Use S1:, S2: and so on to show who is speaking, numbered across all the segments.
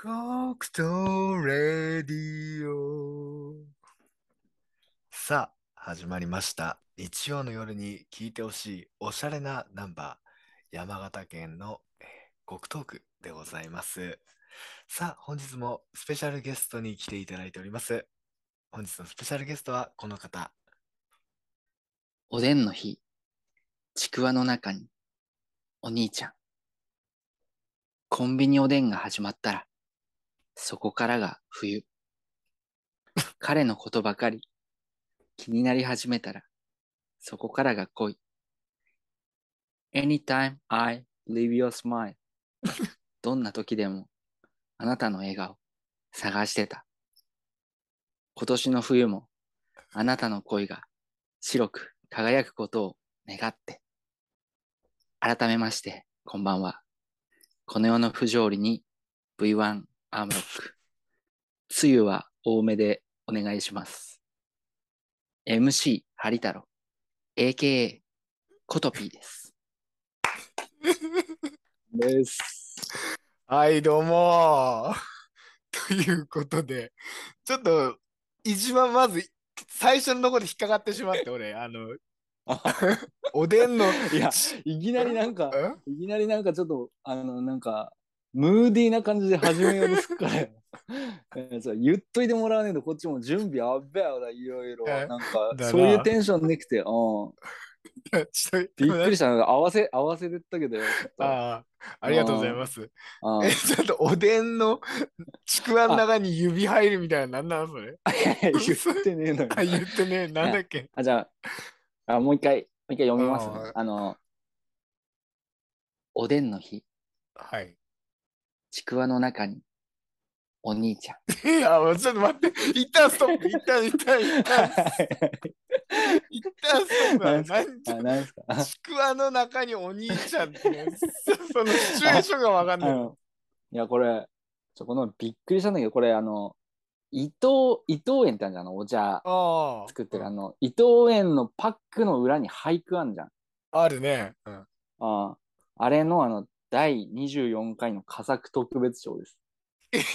S1: コクトレディオ。さあ、始まりました。日曜の夜に聞いてほしいおしゃれなナンバー、山形県のえー極東区でございます。さあ、本日もスペシャルゲストに来ていただいております。本日のスペシャルゲストはこの方。
S2: おでんの日、ちくわの中に、お兄ちゃん。コンビニおでんが始まったら、そこからが冬。 彼のことばかり、気になり始めたら、そこからが恋。Anytime I leave your smile. どんな時でも、あなたの笑顔、探してた。今年の冬も、あなたの恋が白く輝くことを願って。改めまして、こんばんは。この世の不条理に V1 アームロック。つゆは多めでお願いします。MC ハリ太郎、AKA コトピーです。
S1: です。 はい、どうも。 ということで、ちょっと、一番まず、最初のところで引っかかってしまって、俺、あの、おでんの。
S3: いや、いきなりなんか、 いきなりなんかちょっと、あの、なんか、ムーディーな感じで始めようとす っからよ。そう言っといてもらわねえと、こっちも準備あっべやだ、いろいろ。なんか、そういうテンションできて、うん。びっくりしたの合わせ、合わせてったけど
S1: ああ、ありがとうございます。あえ、ちょっとおでんのちくわの中に指入るみたいな、なんなのそれ。
S3: 言ってねえのよ。
S1: 言ってねえ、なんだっけ。
S3: あ、じゃあ、もう一回、もう一回読みますね。あの、
S2: おでんの日。
S1: はい。
S2: ちくわの中に、お兄 ちゃ
S1: ん。いや、ちょっと待って、一旦ストップ、一旦、一旦、一旦。一旦スト ップ。何ですかちくわの中にお兄ちゃんって、 ね、そのシチュエーションがわかんない。
S3: いや、これ、ちょこのびっくりしたんだけど、これ、あの、伊藤、伊藤園ってあるじゃん、お茶作ってる、あの、伊藤園のパックの裏に俳句あんじゃん。
S1: あるね。うん、
S3: ああれの、あの、第24回の佳作特別賞です。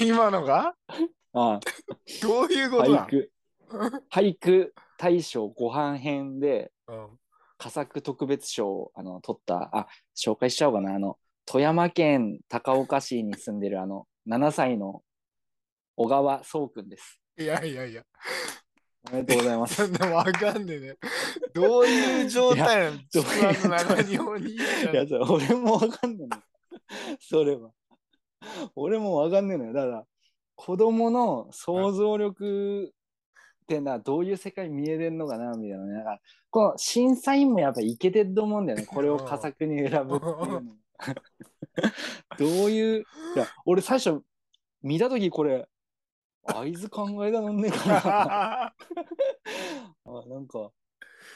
S1: 今のが
S3: ああ
S1: どういうことだ
S3: 俳句 俳句大賞ご飯編で、うん、佳作特別賞をあの取ったあ紹介しちゃおうかなあの富山県高岡市に住んでるあの7歳の小川壮君です。
S1: いやいやいや。
S3: おめでとうござ いま
S1: そ
S3: す。
S1: んなわかんねえね。どういう状態なのちくわの中にお兄ちゃん。
S3: いや、俺もわかんねえの。それは。俺もわかんねえのよ。だから、子供の想像力ってな、どういう世界見えれんのかな、みたいなね。だから、この審査員もやっぱいけてると思うんだよね。これを佳作に選ぶっていう の。どういう、いや、俺最初見たときこれ、会津考えがなんねえかなあなんか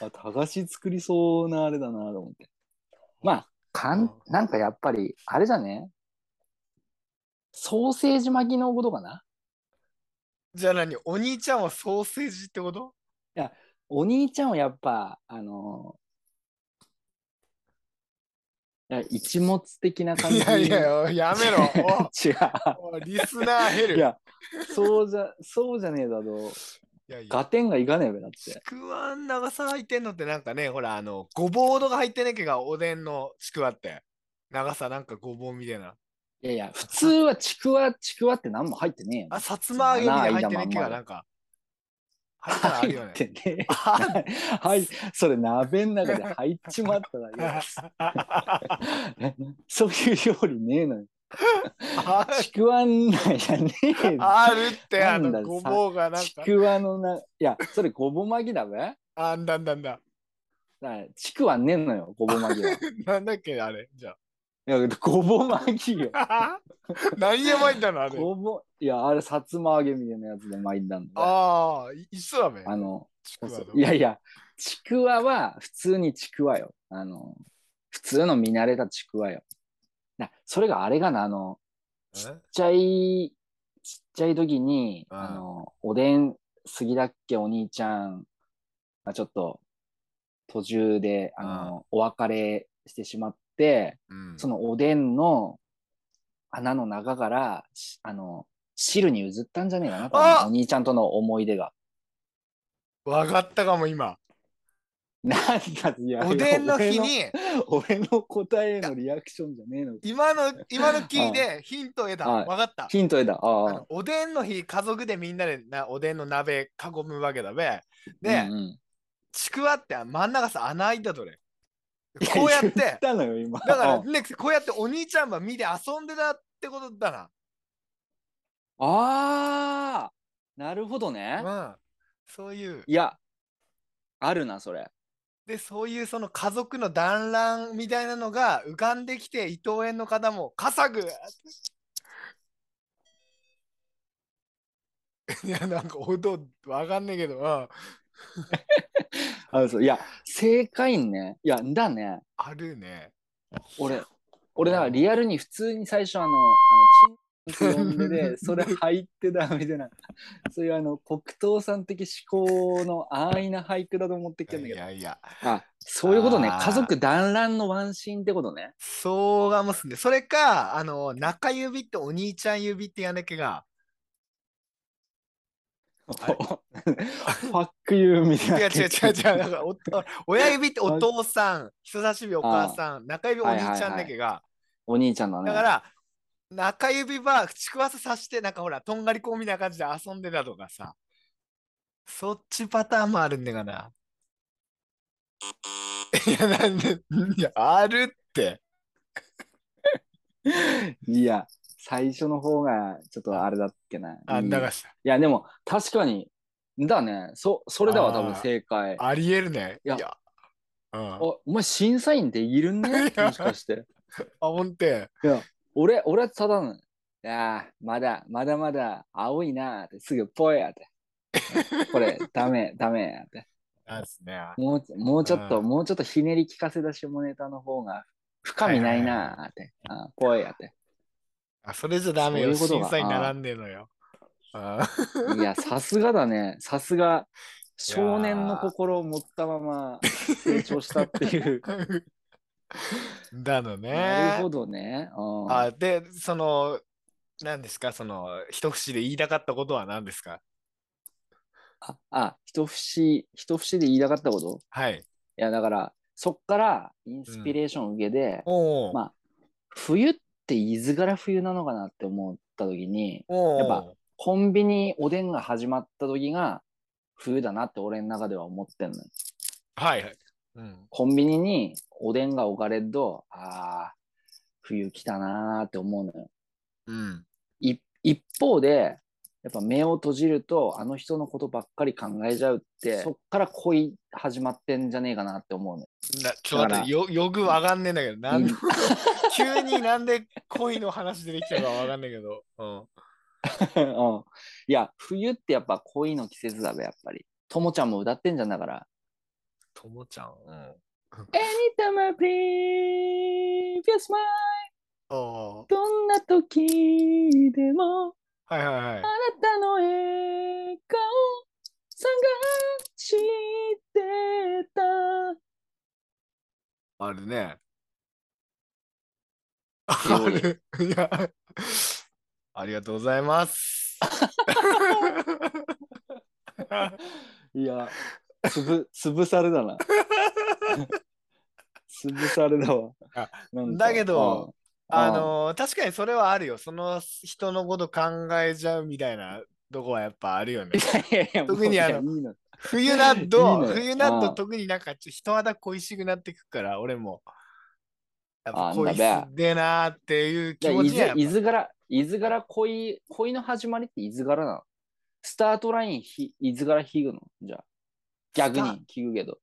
S3: あたがし作りそうなあれだなと思ってまあかん、うん、なんかやっぱりあれじゃねソーセージ巻きのことかな
S1: じゃあ何お兄ちゃんはソーセージってこと
S3: いやお兄ちゃんはやっぱあのー、いや一物的な感じ。い
S1: やいや、やめろ。
S3: 違
S1: う。リスナー減る。
S3: いや、そうじゃ、そうじゃねえだろ。いやいやガテンがいかねえべだって。
S1: ちくわん長さ入ってんのってなんかね、ほら、あの、ごぼうとか入ってねえけが、おでんのちくわって。長さなんかごぼうみたいな。
S3: いやいや、普通はちくわ、ちくわって何も入ってねえよ。
S1: あ、さつま揚げみたいな入ってねえけが、なんか。
S3: 入ってねえ。 はい、それ鍋の中で入っちまったらよ。 そういう料理ねえのよ。 ちくわんないじゃねえ
S1: あるってあのごぼうがなんか。
S3: ちくわのな。いや、それごぼう巻きだべ。
S1: あんだんだんだ。
S3: だちくわねえのよ、ごぼう巻きは。
S1: なんだっけ、あれ、じゃあ。
S3: いや、ごぼう巻きよ。
S1: 何円巻いたのあれ。
S3: ごぼいや、あれ、さつま揚げみたいなやつで巻いたんだ。
S1: ああ、一緒だべ。
S3: あの、いやいや、ちくわは普通にちくわよ。あの、普通の見慣れたちくわよ。なそれがあれがなあのちっちゃいちっちゃい時に、あのおでん過ぎだっけお兄ちゃんがちょっと途中であの、お別れしてしまって、うん、そのおでんの穴の中から、しあの、汁に譲ったんじゃねえかなと
S1: あ
S3: お兄ちゃんとの思い出が。
S1: わかったかも、今。
S3: なんだいや
S1: おでんの日。
S3: いや
S1: に、
S3: 俺の俺の答えのリアクションじゃねえのか。
S1: 今の、今のキーでヒントを得た。
S3: は
S1: わ
S3: い
S1: かった。
S3: ヒントだ。あ
S1: あ
S3: あ
S1: の。おでんの日、家族でみんなでなおでんの鍋囲むわけだべ。で、
S3: うんうん
S1: ちくわって真ん中さ、穴開いたとれ。こうやっ、
S3: い言ってたのよ、今。
S1: だから、
S3: うん
S1: ね、こうやってお兄ちゃんば見て遊んでたってことだな。
S3: ああなるほどね。
S1: うん、そういう
S3: いや、あるな、それ。
S1: でそういうその家族の団らんみたいなのが浮かんできて伊藤園の方も「笠ぐ!」 いやなんか音わかんねえけどうん
S3: あそういや、正解ね。いや、だね。
S1: あるね
S3: 俺、俺、だからリアルに普通に最初、あの、あのチンって呼んで で、それ入ってたみたいな、そういうあの、黒糖さん的思考の安易な俳句だと思ってきてんだ
S1: い
S3: けど。
S1: やいや
S3: あ、そういうことね。
S1: あー
S3: 家族団らんのワンシーンってことね。
S1: そうがもすんでそれかあの中指とお兄ちゃん指ってやんだっけ が
S3: フ ァックユーみ
S1: い
S3: たいな。
S1: や違う違う違うなんかお親指ってお父さん人差し指お母さん中指お兄ちゃんだっけが
S3: お兄ちゃんだ
S1: だ
S3: ね。
S1: から、中指ばちくわささして、なんかほら、とんがりこみたいな感じで遊んでたとかさ。そっちパターンもあるんだがな。いや、なんで、いやあるって。
S3: いや、最初の方がちょっとあれだっけな。
S1: あ
S3: うん
S1: んだがさ、
S3: いや、でも確かに、だね。そ、それだわ、
S1: あ
S3: 多
S1: ー
S3: 分正解。
S1: ありえるね。
S3: い
S1: い
S3: や
S1: や。うん、あ、
S3: おお前審査員でいるね
S1: いや
S3: もしかして。
S1: ほんて。
S3: 俺、俺はただの。いやーまだ、まだまだ青いなーって、すぐぽいやって。これ、 ダメ、ダメやって。
S1: なんすね。
S3: もう、もうちょっと、
S1: うん
S3: もうちょっとひねり聞かせだしもネタの方が深みないなーって。あーぽいやって。
S1: あ、それじゃダメよ。
S3: そういう
S1: 審
S3: ことが
S1: 査にならんねえのよ。あ
S3: いや、さすがだね。さすが、少年の心を持ったまま成長したっていう。
S1: ーだのね。
S3: なるほどね。うん
S1: あで、その、何ですか、その、一節で言いたかったことは何ですか
S3: あ、あ、一節、一節で言いたかったこと
S1: はい。
S3: いや、だから、そっからインスピレーションを受けて、
S1: おお、
S3: まあ冬っていつから冬なのかなって思った時に、
S1: おお
S3: やっぱコンビニおでんが始まった時が冬だなって俺の中では思ってんのよ。
S1: はいはい。うん、
S3: コンビニにおでんが置かれると、ああ、冬来たなーって思うのよ。
S1: うん、
S3: い一方でやっぱ目を閉じるとあの人のことばっかり考えちゃうってそっから恋始まってんじゃねえかなって思うのよ。
S1: なちょっと待って、よよくわかんねえんだけど、なん
S3: う
S1: 急になんで恋の話出てきたかわかんねえけど、うん、
S3: うんいや冬ってやっぱ恋の季節だべやっぱり。ともちゃんも歌ってんじゃんだから。
S1: ともちゃん、うん。
S3: Anytime I please, your smile
S1: おー
S3: どんな時でも
S1: はいはいはい
S3: あ。なたの笑顔探してた。
S1: あるね。
S3: す
S1: あ
S3: ごい
S1: る。いや、ありがとうございます。
S3: いや、つぶ、潰され だな。潰されだわ
S1: あ。
S3: なんか
S1: だけど、
S3: うん
S1: あ、のー確かにそれはあるよ。その人のこと考えちゃうみたいなとこはやっぱあるよね。
S3: いやいや
S1: 特にあの
S3: もういやいいの
S1: 冬だ
S3: いい
S1: と、
S3: のよ
S1: 冬だ
S3: う
S1: と
S3: ん
S1: 特になんかちょ人肌恋しくなってくから、俺も。やっ
S3: あ
S1: ぱ
S3: んだ
S1: 恋
S3: べ
S1: すでなーっていう気持ち
S3: いや
S1: や、
S3: 伊豆柄、伊豆柄恋、恋の始まりって伊豆柄なの。スタートラインひ、伊豆柄引くのじゃあ。逆に聞くけど。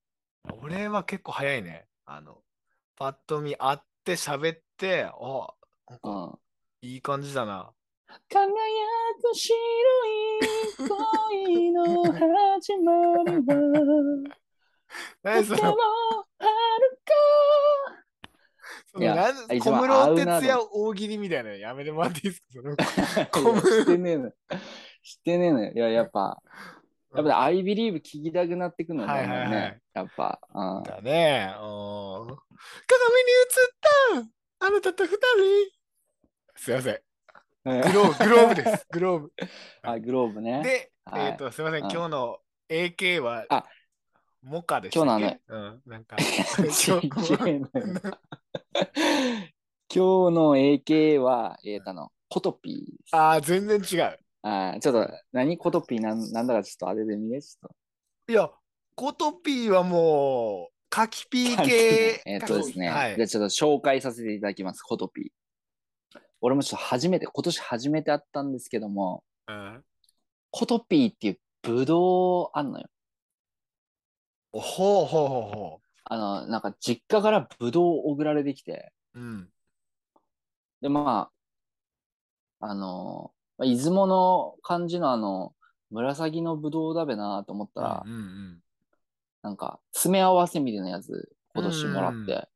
S1: 俺は結構早いね。あの、パッと見会って喋って、あ、なん
S3: う
S1: か
S3: ん。
S1: いい感じだな。
S3: 輝く白い恋の始まりは、
S1: 何そ
S3: とても
S1: の、
S3: 遥か
S1: そ
S3: い
S1: の
S3: や
S1: なん
S3: 一
S1: 小
S3: 番合
S1: 室
S3: うな
S1: 哲也大喜利みたいなのやめてもらっていいですかそ の
S3: い
S1: 小室
S3: や してねえのよ。してねえのよ。いや、やっぱ、やっぱ、I believe 聞きたくなってくの
S1: は
S3: だ
S1: いはいはい
S3: んだんね。やっぱ、うん
S1: だね。おー鏡に映ったあなたと二人すいません。
S4: はい
S1: グローブ、グローブです。グローブ。
S4: あ、グローブね。
S1: で、
S3: はい
S1: えっ、と、すみません、
S3: うん
S1: 今日の AK は、
S3: あ
S1: モカでしたっけ
S3: 今日
S1: うん、なん か、
S4: 違
S1: 今
S4: う
S1: 日
S4: 違うのよ
S3: 今日の AK は、えーと、あの、コトピーです。
S1: ああ、全然違う。
S3: あーちょっと、何コトピーなんなんだかちょっとあれで見ね、ちょっ
S1: いや、コトピーはもう、カキピー
S3: と。。
S1: 系
S3: えっとですね、
S1: はい
S3: じゃあちょっと紹介させていただきます、コトピー。俺もちょっと初めて、今年初めて会ったんですけども、
S1: うん
S3: コトピーっていうブドウあんのよ。
S1: ほうほうほうほ
S3: あの、なんか実家からブドウを送られてきて、
S1: う。うん。
S3: で、まあ、あの、まあ出雲の感じのあの、紫のぶどうだべなと思ったら、
S1: うんうん
S3: なんか、詰め合わせみたいなやつ、今年もらっ
S1: うん
S3: て。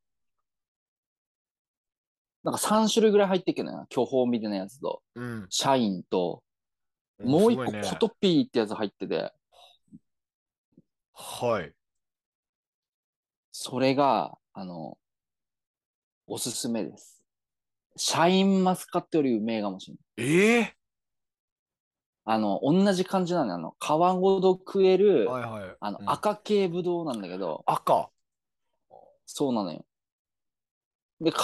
S3: なんか3種類ぐらい入ってっけどな、巨峰みたいなやつと、
S1: うん。
S3: シャインと、
S1: うん
S3: もう一個、
S1: すごいね
S3: コトピーってやつ入ってて、
S1: はい。
S3: それが、あの、おすすめです。シャインマスカットよりうめえかもしれない。
S1: ええ
S3: あの、同じ感じなのよ。あの、皮ごと食える、
S1: はいはい。
S3: あの、
S1: うん
S3: 赤系ぶどうなんだけど、
S1: 赤。
S3: そうなのよ。で、皮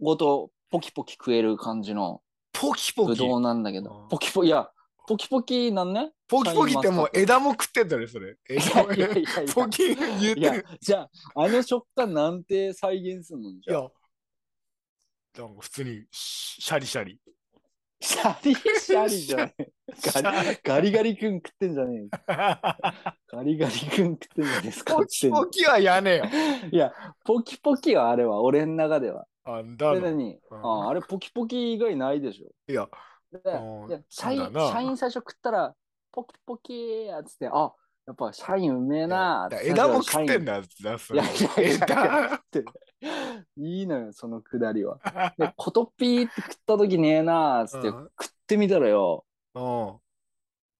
S3: ごとポキポキ食える感じの
S1: ポキポ
S3: ぶ
S1: キ。
S3: どうなんだけ
S1: あ
S3: ど
S1: ー、
S3: ポキポキ、いや、ポキポキな んね
S1: ポキポキってもう
S3: シャイン
S1: 枝も食ってんだね、それ。
S3: マス
S1: 枝
S3: カ
S1: も
S3: ットいやいやいやいや
S1: ポキ言って
S3: い
S1: る。
S3: や、じゃあ、あの食感なんて再現するのじ
S1: い
S3: ゃあ
S1: や、なんか普通にシシャリシャリ。
S3: シャリシャリじゃない。ガリガリガリ君食ってんじゃねえよ。ガリガリ君食ってんじゃねえですか
S1: ポキポキはやねえよ。
S3: いや、ポキポキはあれは、俺の中では。
S1: あん
S3: そ
S1: だ
S3: れ
S1: の。
S3: に、
S1: う
S3: あ
S1: ん
S3: ーあれポキポキ以外ないでしょ。
S1: いや、
S3: で
S1: うん
S3: でシ
S1: そ
S3: ャ
S1: う
S3: イ
S1: だ
S3: ン、
S1: な
S3: 社員最初食ったら、ポキポキーやっつって、あ、やっぱシャインうめえなー
S1: だ
S3: っつって
S1: 枝も食ってん。だよ。それ
S3: いやいやいや
S1: 枝。
S3: シャインっていいのよ、そのく だりは。で、コトピーって食った時ねえなーっつって、
S1: うん
S3: 食ってみたらよ、
S1: うん。
S3: う、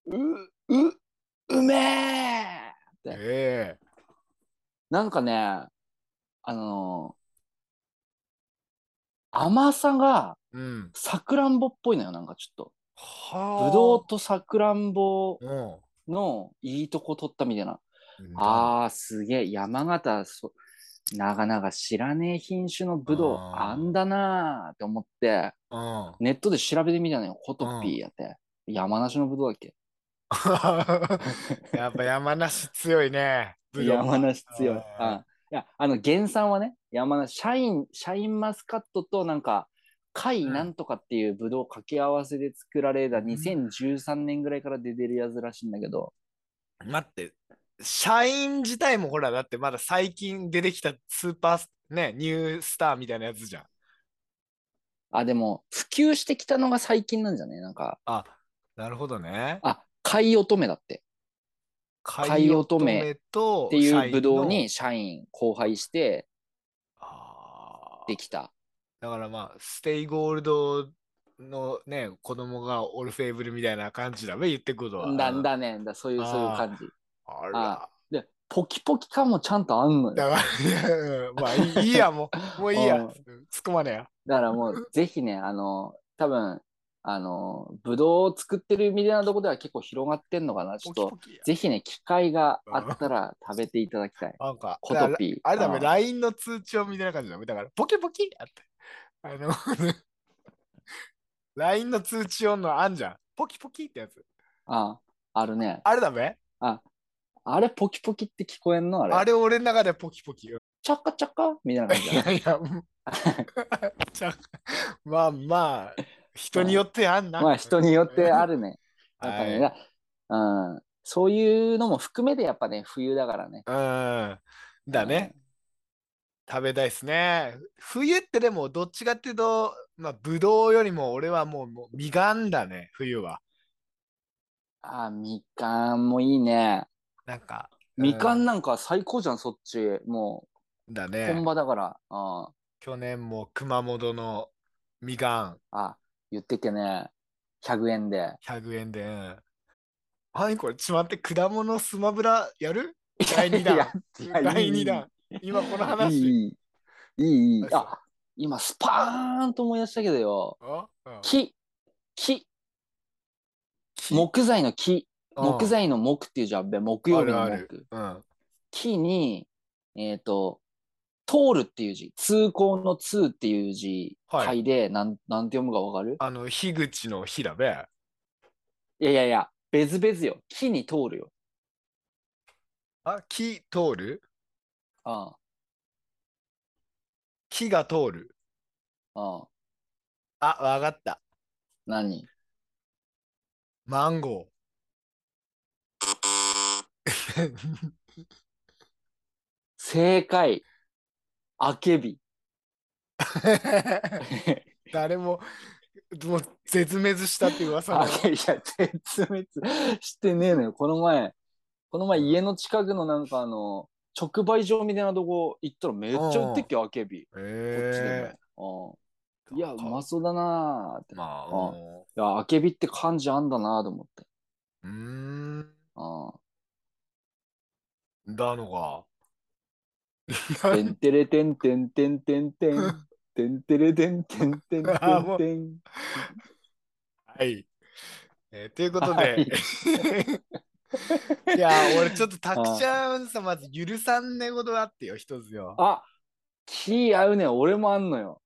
S3: う、うめえ
S1: ええ
S3: なんかね、あのー甘さが
S1: うん。
S3: さくらんぼっぽいのよ、なんかちょっ
S1: は
S3: と。ぶどうとさくらんぼ
S1: と。
S3: のいいとこ取ったみたいな。
S1: うん。
S3: あーすげえ山形そ長々知らねえ品種のブドウ
S1: あー
S3: あんだなーって思って
S1: うん。
S3: ネットで調べてみたのよコトピーやって山梨のブドウだっけ
S1: やっぱ山梨強いね。 ぶどう
S3: 山梨強い
S1: あ
S3: あいやあの原産はね山梨シャインシャインマスカットとなんか貝
S1: うん
S3: なんとかっていうブドウを掛け合わせで作られた
S1: うん
S3: 2013年ぐらいから出てるやつらしいんだけど
S1: 待って、社員自体もほら、だってまだ最近出てきたスーパース、ね、ニュースターみたいなやつじゃん。
S3: あでも普及してきたのが最近なんじゃないなんか
S1: あ、なるほどね。
S3: あ貝乙女だって
S1: 海
S3: 乙女
S1: と
S3: っていうブドウ
S1: シャインの
S3: に社員交配して
S1: あ
S3: できた。
S1: ーだからまあ、ステイゴールドのね、子供がオルフェーブルみたいな感じだべ、言ってくことは。
S3: だん。だねんだ、そういう、
S1: あー
S3: そういう感じ。
S1: あら。
S3: で、ポキポキ感もちゃんとあんのよ。
S1: だからい や、うんまあいいいいや、もう、もういいや。
S3: うん
S1: 突っ込まねえや。
S3: だからもう、ぜひね、あの、多分あの、ぶどうを作ってるみたいなとこでは結構広がってんのかな。ちょっと、
S1: キや
S3: ぜひね、機会があったら食べていただきたい。
S1: なんか、
S3: コ
S1: だか
S3: ト
S1: ら
S3: ピー。
S1: あれだ
S3: う
S1: め、
S3: ん
S1: LINE の通知をみたいな感じだめ。だから、ポケポキあって。あの、LINE の通知音のあんじゃん。ポキポキってやつ。
S3: ああるね。
S1: あれだめ
S3: あれ、ポキポキって聞こえんのあれ。
S1: あれ、俺の中でポキポキ。
S3: チャカチャカみたいな感じ
S1: い
S3: だ
S1: や
S3: ね。
S1: いや、もうちゃまあまあ、人によってあんな。
S3: まあ、人によってあるね。
S1: うん。
S3: なんかね、だうん、そういうのも含めてやっぱね、冬だからね。
S1: はいうん。だね。食べたいですね。冬ってでも、どっちかっていうと、まあ、ぶどうよりも俺はもう、もう、みがんだね、冬は。
S3: うん。あー、みかんもいいね。
S1: なんか。
S3: みか
S1: うん
S3: なんか最高じゃん、そっち。も
S1: だ
S3: う、本
S1: ね。
S3: 場だから。うん。
S1: 去年も熊本のみか
S3: あ、言ってけね。100円で。
S1: ん100円で。うんはい、これ、ちまって、果物スマブラやる第2
S3: いや
S1: 弾。
S3: いや
S1: 第
S3: いい
S1: 2弾。今この話。
S3: いい、いい、いい。いいあ、今スパーンと思い出したけどよ。
S1: あうん
S3: 木、木、
S1: 木
S3: 木材の木、
S1: うん
S3: 木材の木っていうじゃんべ、木曜日の
S1: あ
S3: 木。
S1: るあるうん。
S3: 木に、えっ、と、通るっていう字、通行の通っていう字、
S1: はい
S3: 書いて、なん、なんて読むかわかる
S1: あの、樋口の日だべ。
S3: いやいやいや、別々よ。木に通るよ。
S1: あ、木通る
S3: あ
S1: 木が通る。
S3: あ、ああ、
S1: あ、わかった。
S3: 何
S1: マン ゴー。
S3: 正解。あ けび。
S1: 誰も、もう絶滅したって噂の
S3: あいやいや、絶滅 してねえのよ。この前、この前家の近くのなんかあの、直売所みたいなとこ行ったらめっちゃ売ってっけよ、あけび。こっちで
S1: え
S3: も。
S1: え
S3: うんいや、うま
S1: そ
S3: そうだなーって。
S1: う。まあ、
S3: うんいや、あけびって漢字あんだなと思って。
S1: うーん、
S3: う
S1: だのが。
S3: ん。てんてれてんてんてんてんてん。てんてれてんてんてんて
S1: あも
S3: ん
S1: う
S3: てん。
S1: はい。えーということ
S3: は
S1: で
S3: い、
S1: いや、俺ちょっとたくちゃ んさ、まず許さんねことがあってよ、一つよ。
S3: あ気合うね。俺もあんのよ。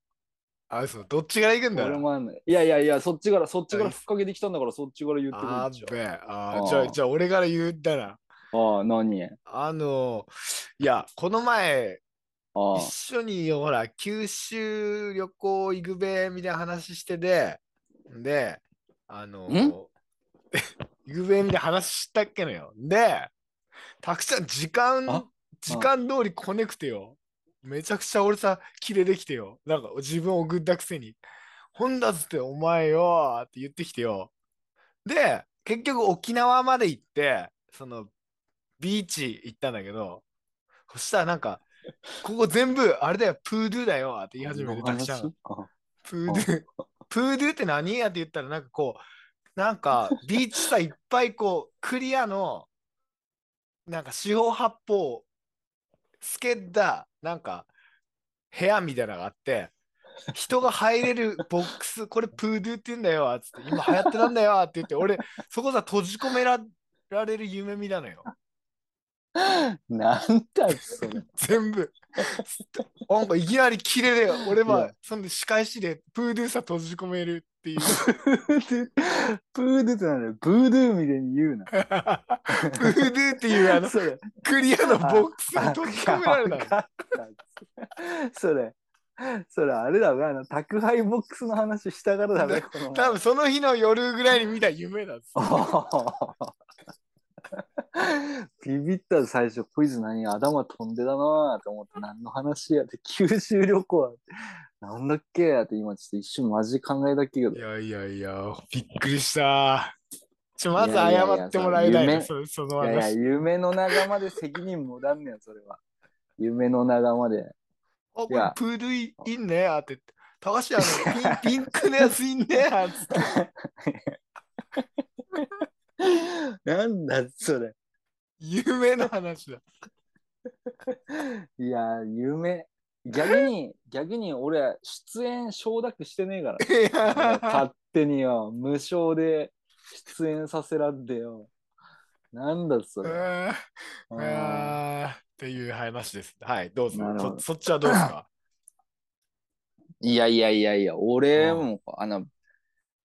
S1: あ、そう、どっちから行くんだ
S3: 俺
S1: ろう
S3: もあんのよ。いやいやいや、そっちから、そっちからふっかけてきたんだから、そっちから言ってくる
S1: あ
S3: でし
S1: ー
S3: ょ
S1: べえあ
S3: う
S1: ー
S3: ん
S1: じゃあ、じゃあ俺から言ったら。
S3: ああ、何あ
S1: あの、いや、この前、
S3: あ
S1: 一。緒によ、ほら、九州旅行行くべ、みたいな話してで、で、あ の、
S3: ん
S1: 行くべ、みたいな話したっけのよ。で、たくさん時
S3: あ
S1: 間、時間通り来ねくてよ。めちゃくちゃ俺さ、キレできてよ。なんか自分送ったくせに。ほんだっつって、お前よ、って言ってきてよ。で、結局沖縄まで行って、その、ビーチ行ったんだけど、そしたらなんか、ここ全部、あれだよ、プードゥだよって言い始めて、たくちゃんが。プードゥ、プードゥって何やって言ったら、なんかこう、なん か、ビーチさ、いっぱいこう、クリアの、なんか、四方八方、透けた、なんか、部屋みたいなのがあって、人が入れるボックス、これプードゥって言うんだよ、つって、今流行ってたんだよ、って言って、俺、そこさ、閉じ込めらられる夢見たのよ。
S3: なんだそ れ。
S1: 全部。なんかいきなりキレで、俺
S3: い
S1: は
S3: や、
S1: その仕返しで、プードゥーさ閉じ込めるっていう。
S3: プードゥ、プードゥってなんだよ。ブードゥみたいに言うな。
S1: プードゥーっていう、あの、
S3: それ。
S1: クリアのボックスに閉じ込められ
S3: わ
S1: た。
S3: かったそれ、それあれだわ、あの宅配ボックスの話したからだわ、この前
S1: 多分その日の夜ぐらいに見た夢だっつって。
S3: ビビった最初クイズ何頭飛んでたなと思って何の話やって九州旅行やってなんだっけやって今ちょっと一瞬マジ考えたっけど
S1: いやいやいや、びっくりした。ちょ、まず
S3: いやい
S1: 謝
S3: やいや
S1: ってもらいたいね、
S3: そ
S1: そその
S3: いやいや
S1: 話。
S3: 夢の仲間で責任もらんねやそれは夢の仲間で
S1: あ、こ
S3: い
S1: れ
S3: や
S1: プードゥーいんねやって。高橋、あの、ピンピンクのやついんねやつって。
S3: なんだそれ
S1: 夢の話だ。
S3: いや夢逆に 逆に俺出演承諾してねえから
S1: い や
S3: 勝手によ無償で出演させらんでよなんだそれ
S1: うん
S3: うん
S1: あーっていう話です。はい、どうぞ
S3: なるほ。
S1: そ
S3: ど
S1: そっちはどうですか
S3: いやいやいやいや俺もあの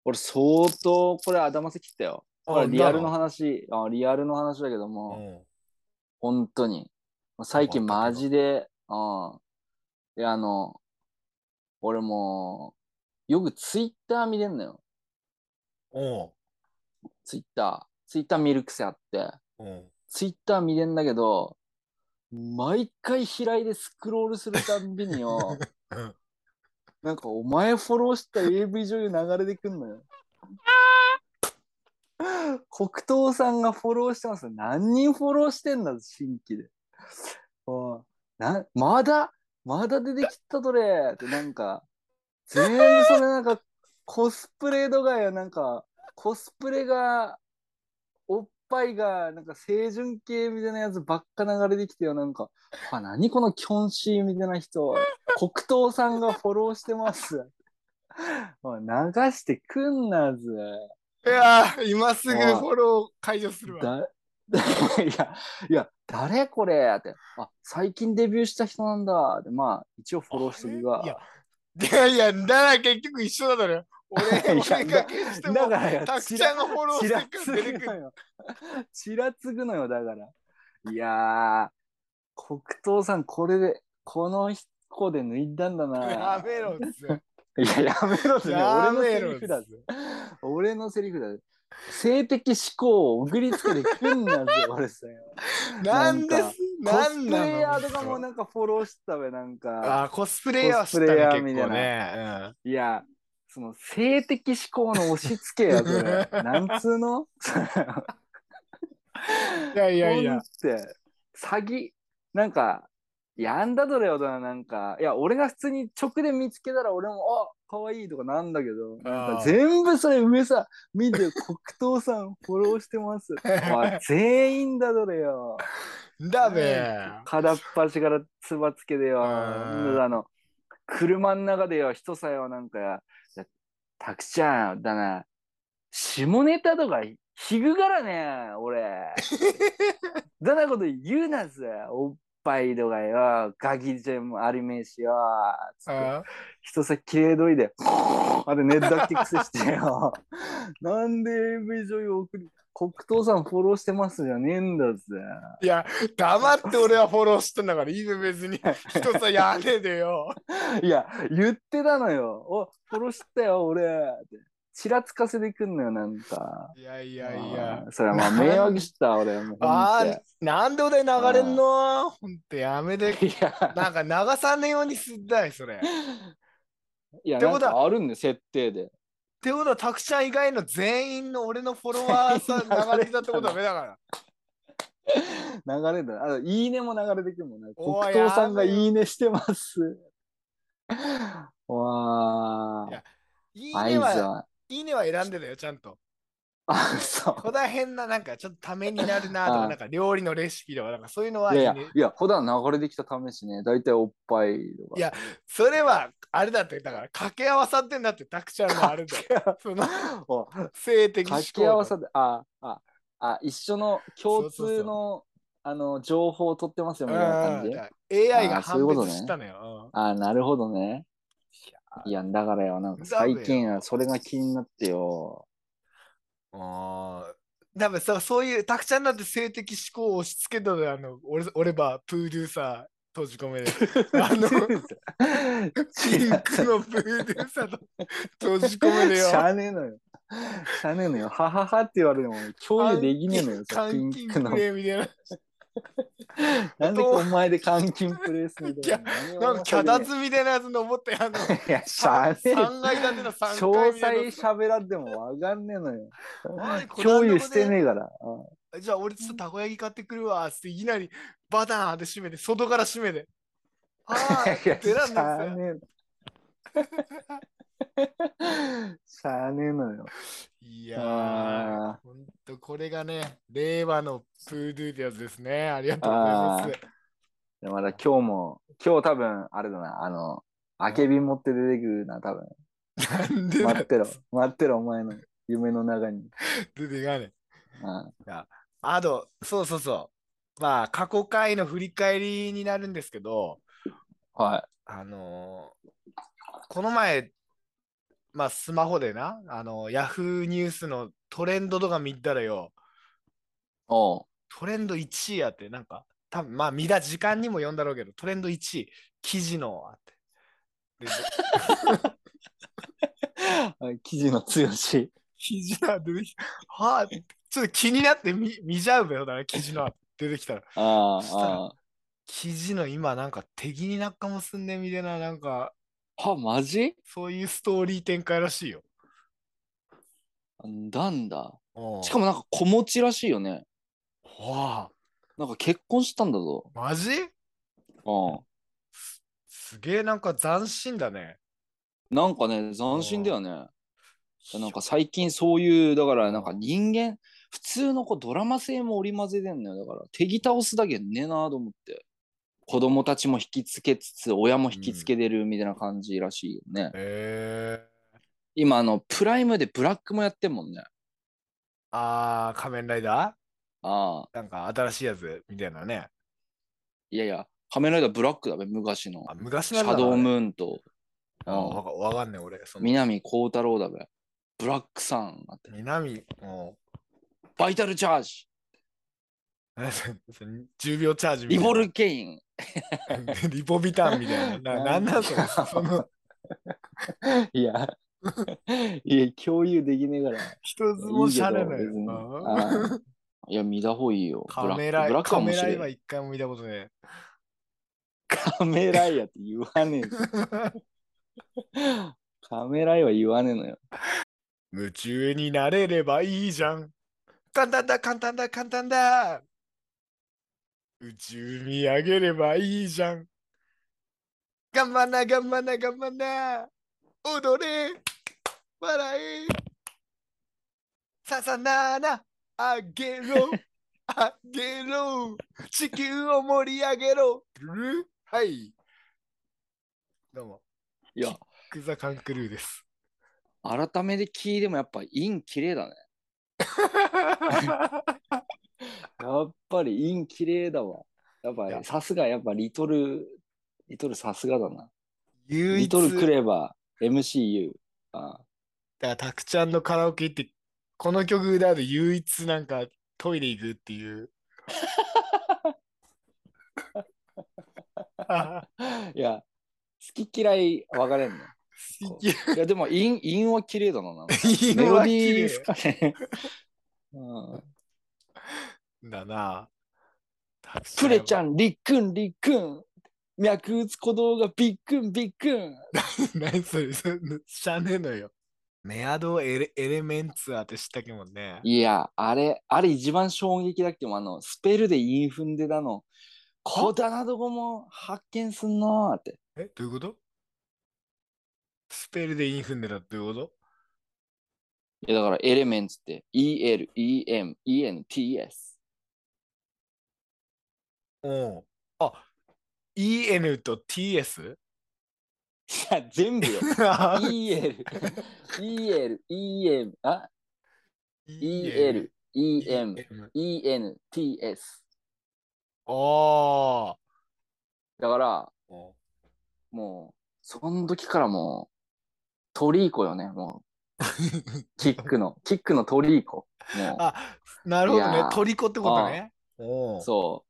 S3: 俺相当これ頭せきったよこれリアルの話あリアルの話だけど
S1: う
S3: も
S1: ん
S3: 本当に最近マジでうんいやあの俺もうよくツイッター見れんのよ
S1: うん
S3: ツイッターツイッター見る癖あって
S1: うん
S3: ツイッター見れんだけど、毎回開いてスクロールするたんびによ
S1: うん、
S3: なんかお前フォローした AV 女優流れてくんのよ。北東さんがフォローしてます。何人フォローしてんだ、新規で。おいなまだ、まだ出てきたどれってなんか、全部それなんかコスプレとかや、なんかコスプレが、おっぱいが、なんか清純 系みたいなやつばっか流れてきてよ、なんか、あ、何このキョンシーみたいな人。北東さんがフォローしてます。おい流してくんなず。
S1: いやー、今すぐ
S3: おい
S1: フォロー解除するわ。
S3: だ いや、いや、誰これって。あ、最近デビューした人なんだ。で、まあ、一応フォローしてる
S1: いや
S3: が。、
S1: いやいや、だから結局一緒だからよ。俺、
S3: い
S1: 俺
S3: や
S1: が消して
S3: だ
S1: も、
S3: からよ
S1: たくちゃんのフォロー
S3: ちら
S1: して
S3: つ
S1: くる出
S3: ぐ
S1: てく
S3: の
S1: る。
S3: よ。ちらつぐのよ、だから。いやー、黒糖さん、これで、この子で抜いたんだな。
S1: やめろっす。
S3: いや、やめろって、ね、
S1: や
S3: 俺の
S1: め
S3: セ
S1: ろ
S3: リ
S1: っ
S3: フだぜ。
S1: す。
S3: 俺のセリフだぜ。性的思考を送りつけてくんな ぜ、俺さ。
S1: なんです
S3: コ
S1: な
S3: ス
S1: ん
S3: プ
S1: なの
S3: レイヤーとかもなんかフォローしてたべ、なんか。
S1: あーコスプレイヤーは知った
S3: コスプレイヤー
S1: ね、
S3: み
S1: 結
S3: たい
S1: 構
S3: な
S1: ね。
S3: いや、その性的思考の押し付けや、それ。 なんつうの
S1: うん、いやいやい
S3: ほん
S1: や
S3: っ。て、詐欺、なんか、いやあんだどれよだな、なんか、いや、俺が普通に直で見つけたら俺も、あ可愛いとかなんだけど、なん
S1: あ
S3: か
S1: ー
S3: 全部それ上さ、見て、黒糖さんフォローし てます。おい全員だどれよ。
S1: だべ。
S3: 片っ端からつばつけでよ。
S1: うん
S3: あの、車の中でよ、人さよ、なんか、いやたくちゃん、だな、下ネタとか、ひぐからね、俺。だなこと言うなぜ、おっぱいとかよ、ガキじゃもありめえしよ、つって
S1: あ
S3: 人さ、きれいどいで、あれ、ねだっけくせしてよ。 なんで AV 女優送り、黒糖さんフォローしてますじゃねえんだぜ。
S1: いや、黙って俺はフォローしてんだから、いいべ別に。人さ、やれでよ。
S3: いや、言ってたのよ。お、フォローしたよ、俺。ってちらつかせてくんのよ、なんか。
S1: いやいやいや
S3: あ。ー。それはまあ、迷惑した、俺。もう
S1: あ
S3: ほん
S1: ー
S3: と、
S1: なんで俺流れんのほんとやめて。
S3: いや、
S1: なんか流さねえようにすんだい、それ。っ
S3: いや、
S1: て
S3: な
S1: こ
S3: ん
S1: とは
S3: かあるんで、設定で。
S1: てことは、たくちゃん以外の全員の俺のフォロワーさ、流れてたってことはダメだから。
S3: 流れだ。あと、いいねも流れてくるもんね。
S1: お
S3: 黒
S1: い
S3: 糖さんが
S1: やめよ
S3: いいねしてます。わ
S1: いやいい
S3: あ。合
S1: ね
S3: 図
S1: は、
S3: は。
S1: いいねは選んでたよ、ちゃんと。
S3: あ、そう。
S1: こだへんな、なんかちょっとためになるなと
S3: あ
S1: か、
S3: ー
S1: なんか料理のレシピとか、なんかそういうのはいいい
S3: やい
S1: ね、
S3: や、いや、普段流れてきた試しね、大体おっぱいとか。
S1: いやそれは、あれだって、だから掛け合わさってんだって、たくちゃんのあれだよ。その
S3: お
S1: 性的思考
S3: 掛け合わさで、あ、あ、あ、一緒の共
S1: そうそう
S3: 通の、あの、情報を取ってますよ、
S1: うん
S3: みたいな感じ
S1: だ。から AI
S3: あ
S1: が
S3: ーそ
S1: 判
S3: ういうこと
S1: 別
S3: ね
S1: したのよ。
S3: あ、なるほどね。いや、だからよ、なんか最近はそれが気になってよ。
S1: うんあー多分そうそういう、たくちゃんなんて性的思考を押し付けたのよあの俺俺ばプロデューサー閉じ込 めで、あの、ピンクのプロデューサーと閉じ込め でよ。
S3: しゃあねえのよ。しゃあねえのよ。はははって言われても共有できねえのよ。
S1: 監
S3: ピ
S1: 禁
S3: ンク
S1: プ
S3: の。
S1: レイみ たいな。
S3: なんでお前で監禁プレイするんだよ。
S1: なんか、脚
S3: い
S1: 立みたいなやつ登って、 あの、
S3: や、しゃあねえよ。
S1: 3階建ての3
S3: 詳
S1: 階みたい
S3: 細喋らんでもわかんねえのよ。
S1: な。おいこれ
S3: 共有してねえから。
S1: じゃあ俺ちょっとたこ焼き買ってくるわ、つっていきなりバターンって閉めて、外から閉めて。ああ、
S3: い や
S1: 出らん
S3: しゃあ
S1: の
S3: ねえ。しゃあねえのよ。
S1: いやー、
S3: あ
S1: ほんとこれがね、令和のプードゥーってやつですね。ありがとうございます。
S3: ーでまだ今日も、今日多分、あれだな、あの、あけび持って出てくるな、多分。
S1: なんで
S3: 待っ
S1: だ
S3: てろ、待ってろ、お前の夢の中に。
S1: 出てかね。
S3: あ
S1: あと、そうそうそう。まあ、過去回の振り返りになるんですけど、
S3: ーはい。
S1: あのーこの前、まあ、スマホでな、あの、ヤフーニュースのトレンドとか見たらよ、
S3: おう。
S1: トレンド1位やって、なんか、多分まあ、見た時間にも読んだろうけど、トレンド1位、記事のあって。で、
S3: あ記事の強し。
S1: 記事の出てきた。はあ、ちょっと気になって見見ちゃうべよだね、記事の出てきたら。
S3: あ
S1: そし
S3: あ、
S1: たら
S3: あ
S1: 記事の今、なんか敵になっかもすんねみたいな、なんか、
S3: あ。は、マジ
S1: そういうストーリー展開らしいよ。
S3: なんだ。しか
S1: も、
S3: もなんか子持ちらしいよね。
S1: はあ、
S3: なんか結婚したんだぞ。
S1: マジ
S3: うん。
S1: すげえなんか斬新だね。
S3: なんかね、斬新だよね。なんか最近そういう、だからなんか人間、普通のこうドラマ性も織り交ぜてんのよ。だから敵倒すだけねえなと思って。子供たちも引きつけつつ、親も引きつけてるみたいな感じらしいよね。
S1: え
S3: 今、あの、プライムでブラックもやってんもんね。
S1: ー、あー、仮面ライダ
S3: ああ、
S1: ーなんか新しいやつみたいなね。
S3: いやいや、仮面ライダーブラックだべ、昔の。
S1: あ、昔
S3: シ
S1: のやつだな
S3: ャ
S1: あ
S3: ドウ
S1: れ
S3: ムーンと、
S1: あーわかわかんねえ、俺。その
S3: 南光太郎だべ。ブラックさんだって。
S1: 南、も
S3: バイタルチャージ、
S1: う、何それ それ10秒チャージみ
S3: リ
S1: たいな
S3: ボルケイン。
S1: リポビタンみたいな。ななんなんそれその
S5: いや、いや、共有できねえから。
S1: 一つもシャレない
S5: いいけど別に
S1: よ。
S3: ああいや、見た方がいいよ。ブ
S1: カ
S3: ラ
S1: メ
S3: ック。ブラ
S1: ラ、
S3: ックは
S1: カ
S3: 面
S1: メラ
S3: 白
S1: イ
S3: いよ
S1: は。一回も見たことね
S5: カメライアって言わねえ
S1: え
S5: ぞ。。カメライは言わねえのよ。
S1: 夢中になれればいいじゃん。簡単だ、簡単だ、簡単だ。宇宙見上げればいいじゃん。頑張んな、頑張んな、頑張んな。踊れ、笑え。ささなな、あげ ろ、あげろ。地球を盛り上げろ。るはい。どうも、
S3: いや、
S1: クザカンクルー です。
S3: 改めて聞いてもやっぱイン綺麗だね。
S5: やっぱりイン綺麗だわ。やっ
S1: いや
S5: ぱさすが、やっぱリトル、リトルさすがだな。
S1: 唯
S5: リトルクレバー、MCU。あ
S1: だから、たくちゃんのカラオケ行って、この曲だと唯一なんかトイレ行くって いう。
S5: あいや、好き嫌い分かれんの。
S1: 好き
S3: いや、でもイン、インは綺麗だな。なんか
S1: 嫌い
S3: メロディー
S1: 嫌
S3: で
S1: い
S3: すかね。
S5: うん、
S1: だな。たく
S3: プレちゃ
S1: ん。
S3: ん、りっくん、りっくん。脈打つ鼓動がびっくん、びっくん。
S1: 何それ、それしゃねえのよ。メアドエレエレメンツアーって知ったっけもんね。
S3: いや、あれ、あれ一番衝撃だっけもんあの、スペルでインフンでだの。こだなどこも発見すんなーって。
S1: え、どういうことスペルでインフンでだってどういうこと
S3: いや、だから、エレメンツって、EL、EM、ENTS。
S1: うん。あ、EN と TS?
S3: いや、全部よ。EL、EL、EM、あ、EL、EM、ENTS。
S1: あ
S3: だから、
S1: あ。
S3: もう、その時からもう、トリーコよね、もう、キック の、キックのトリーコ。も
S1: あ、なるほど
S3: い
S1: ね
S3: や。ー
S1: トリコってことね。お
S3: う、
S1: う
S3: そ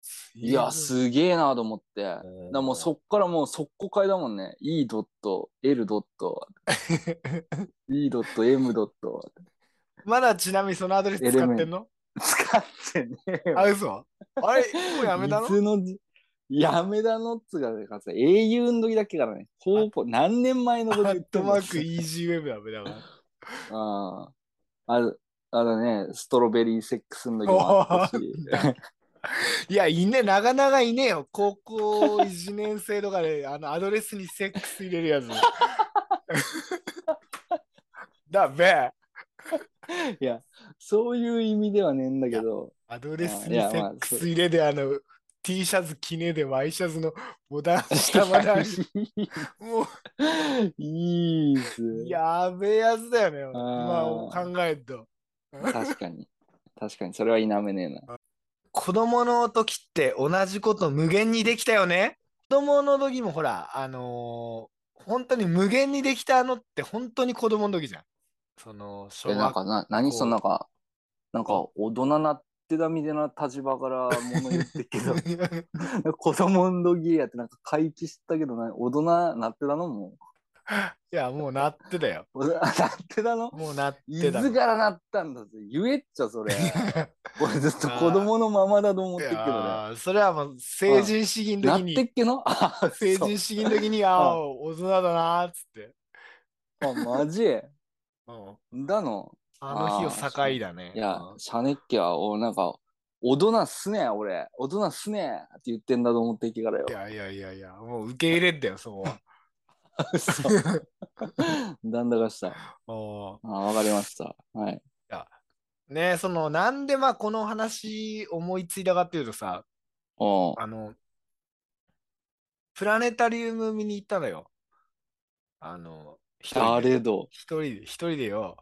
S1: す
S3: う。いや、
S1: ご
S3: すげえなと思って。だか
S1: い
S3: らもうそっからもう速攻買いだもんね。E ドット、L ドット、E ドット、M ドット。
S1: まだちなみにそのアドレス使ってんの
S3: 使ってねえわ
S1: あ、嘘。あれ、もうやめたの
S3: いつのじやめだのっつうかさ、英雄の時だっけからね、高校、何年前の
S1: ア
S3: こと言っ
S1: ッ
S3: て
S1: ト
S3: ん
S1: マ
S3: の
S1: ークイージーウェブだめだか
S3: あああるあのね、ストロベリーセックスの時もあ ったし、
S1: いや、いね、なかなかいねえよ。高校1年生とかで、あの、アドレスにセックス入れる やつ。だべ、
S5: いや、そういう意味ではねえんだけど、
S1: アドレス
S3: い
S1: にセ
S3: やまあ
S1: ックス入れで、あの、T シャツ着ねえで、ワイシャツのボタン下まである。 もう、
S5: いいっす。
S1: やべえやつだよね。今考えると。
S3: 確かに、確かに、それは否めねえな。
S1: 子供の時って同じこと無限にできたよね。子供の時もほら、あのー本当に無限にできたのって本当に子供の時じゃん。その、小
S3: え、なんか、
S1: 学
S3: な何そのなんか、なんか、大人なってだみたいな立場から物言ってっけど、 子供の時やってなんか回帰したけどな、大人なってだのも
S1: いや、もうなってたよ。
S3: う。大人 なってだの
S1: もうなっ
S3: い
S1: て
S3: つ
S1: た。
S3: からなったんだぜ。言えっちゃ、それ。俺ずっと子供のままだと思っ
S1: い
S3: てっけどね。
S1: やーそれはもう成人式の
S3: なっ
S1: 時
S3: てっ
S1: に、
S3: けの あ、
S1: 成
S3: そう
S1: 人式の時に、ああ、大人だなーっつって。
S3: あ、マジ
S1: うん
S3: だの。
S1: あの日を境だね。
S3: いや
S1: う、ん
S3: シャネッケは、俺なんか、大人っすね、俺。大人っすねって言ってんだと思ってっけからよ
S1: い。やいやいやいや、もう受け入れんだよ、そこは。
S3: 嘘 なんだかした。
S1: お
S3: あ、わかりました。はい。
S1: ーねえその、なんでまあこの話思いついたかっていうとさ、
S3: おう
S1: あの、プラネタリウム見に行ったのよ。あの、一人
S6: あ
S1: で、
S6: れど。
S1: 一人で、一人でよ。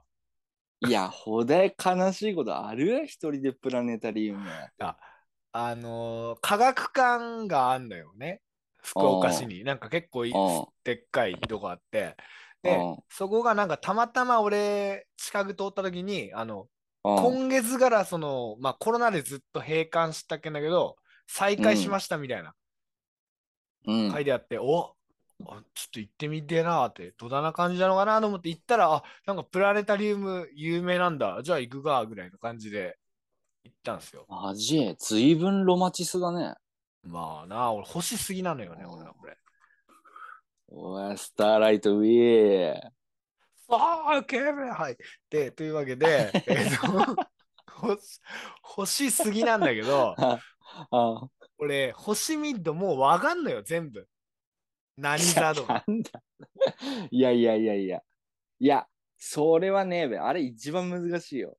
S6: いや、ほだい悲しいことある一人でプラネタリウム。
S1: あ、あのー科学館があんのよね。福岡市に。なんか結構い
S3: あ
S1: でっかいとこあって。で、
S3: あ
S1: そこがなんかたまたま俺、近く通った時に、あの、
S3: あ
S1: 今月からその、まあコロナでずっと閉館したっけんだけど、再開しましたみたいな
S3: うん
S1: 書いてあって、おあちょっと行ってみてえなーって、どだな感じなのかなと思って行ったら、あ、なんかプラネタリウム有名なんだ。じゃあ行くか、ぐらいの感じで行ったんですよ。
S3: マジずいぶんロマチスだね。
S1: まあなあ、俺欲しすぎなのよね、
S3: うん
S1: 俺はこれ。
S3: おい、スターライトウィー。
S1: ああ、ケーブルはい。で、というわけ で、えっと、欲し欲しすぎなんだけ ど、
S3: あ
S1: 俺、星ミッドもうわかんのよ、全部。何座と か。
S3: なんだ
S6: いやいやいやいや。いや、それはねえべ。あれ一番難しいよ。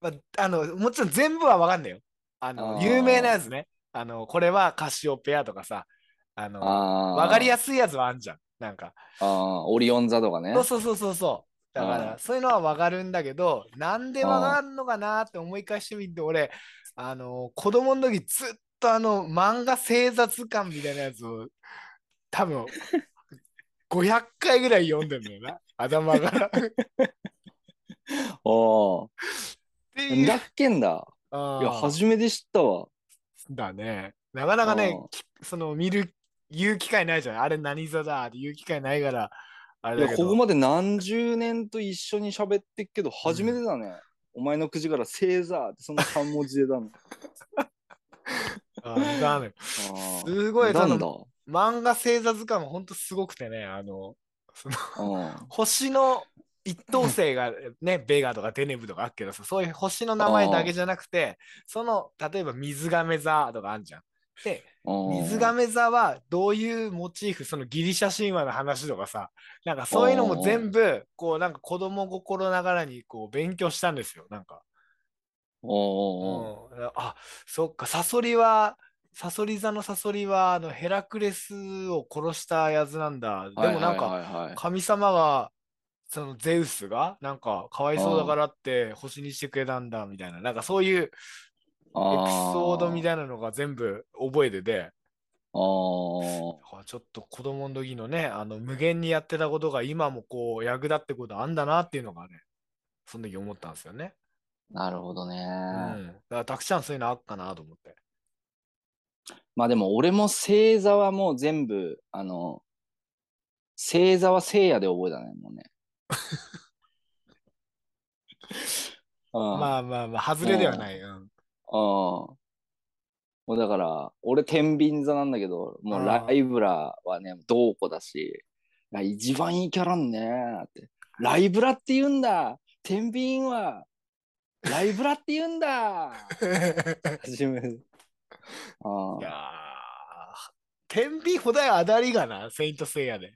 S1: まあ、あの、もちろん全部はわかんないよ。あの、
S3: あー
S1: 有名なやつね。あの、これはカシオペアとかさ、あの、
S3: あ
S1: わかり
S3: や
S1: やすいやつはあんじゃん。なんか。
S3: ああ、オリオン座とかね
S1: そう。そうそうそうそう。だか
S3: う
S1: ら、
S3: ん
S1: そういうのはわかるんだけど、なんでわかんのかなって思い返してみて、俺、あの、子供の時ずっとあの、漫画星座図鑑みたいなやつを、多分、500回ぐらい読んでんのよな、頭 から。って
S3: ああ。
S1: いう。
S3: だっけんだ。
S1: あ
S3: いや、
S1: ー
S3: 初めて知ったわ。
S1: だね。なかなかね
S3: うん、
S1: きその見る、言う機会ないじゃん。あれ何座だって言う機会ないから、あれ
S6: い
S1: だ
S6: や、
S1: け
S6: ここ
S1: ど。
S6: まで何十年と一緒に喋ってっけど、初めてだね。お前の口から星座ってその3文字でだの。
S1: あーだね
S3: あ
S1: す
S3: あ
S1: ごい、そ
S3: なん
S1: の
S3: だ。
S1: 漫画星座図鑑もほんとすごくてね、あの、その
S3: うん
S1: 星の一等星がね、ベガとかデネブとかあっけどさ、そういう星の名前だけじゃなくて、その、例えば水亀座とかあんじゃん。で、
S3: うん
S1: 水亀座はどういうモチーフ、そのギリシャ神話の話とかさ、なんかそういうのも全部、こうなんか子供心ながらにこう勉強したんですよ、なんか。
S3: おーおー
S1: うん、あそっかサソリはサソリ座のサソリはあのヘラクレスを殺したやつなんだでもなんか
S3: はいはいはいはい
S1: 神様がそのゼウスがなんかかわいそうだからって星にしてくれたんだみたいななんかそういうエピ
S3: あ
S1: ソードみ
S3: い
S1: たいなのが全部覚えてて
S3: な。あ
S1: だからちょっと子供の時のねあの無限にやってたことが今もこう役立ってことあんだなっていうのがねその時思ったんですよね。
S3: あ。なるほどね。
S1: うん、だからたくちゃんそういうのあっかなと思って。
S3: まあでも俺も星座はもう全部、あの、星座は聖夜で覚えたね、も うね。ああ
S1: まあまあまあ、外れではない。うん
S3: ああ。もうだから、俺天秤座なんだけど、もう
S1: ああ
S3: ライブラはね、どうこだし、いや一番いいキャラんねって。ライブラって言うんだ天秤はライブラって言うんだ初めて。ああ
S1: いやー、天秤ほだよ、あだりがな、セイントセイヤで。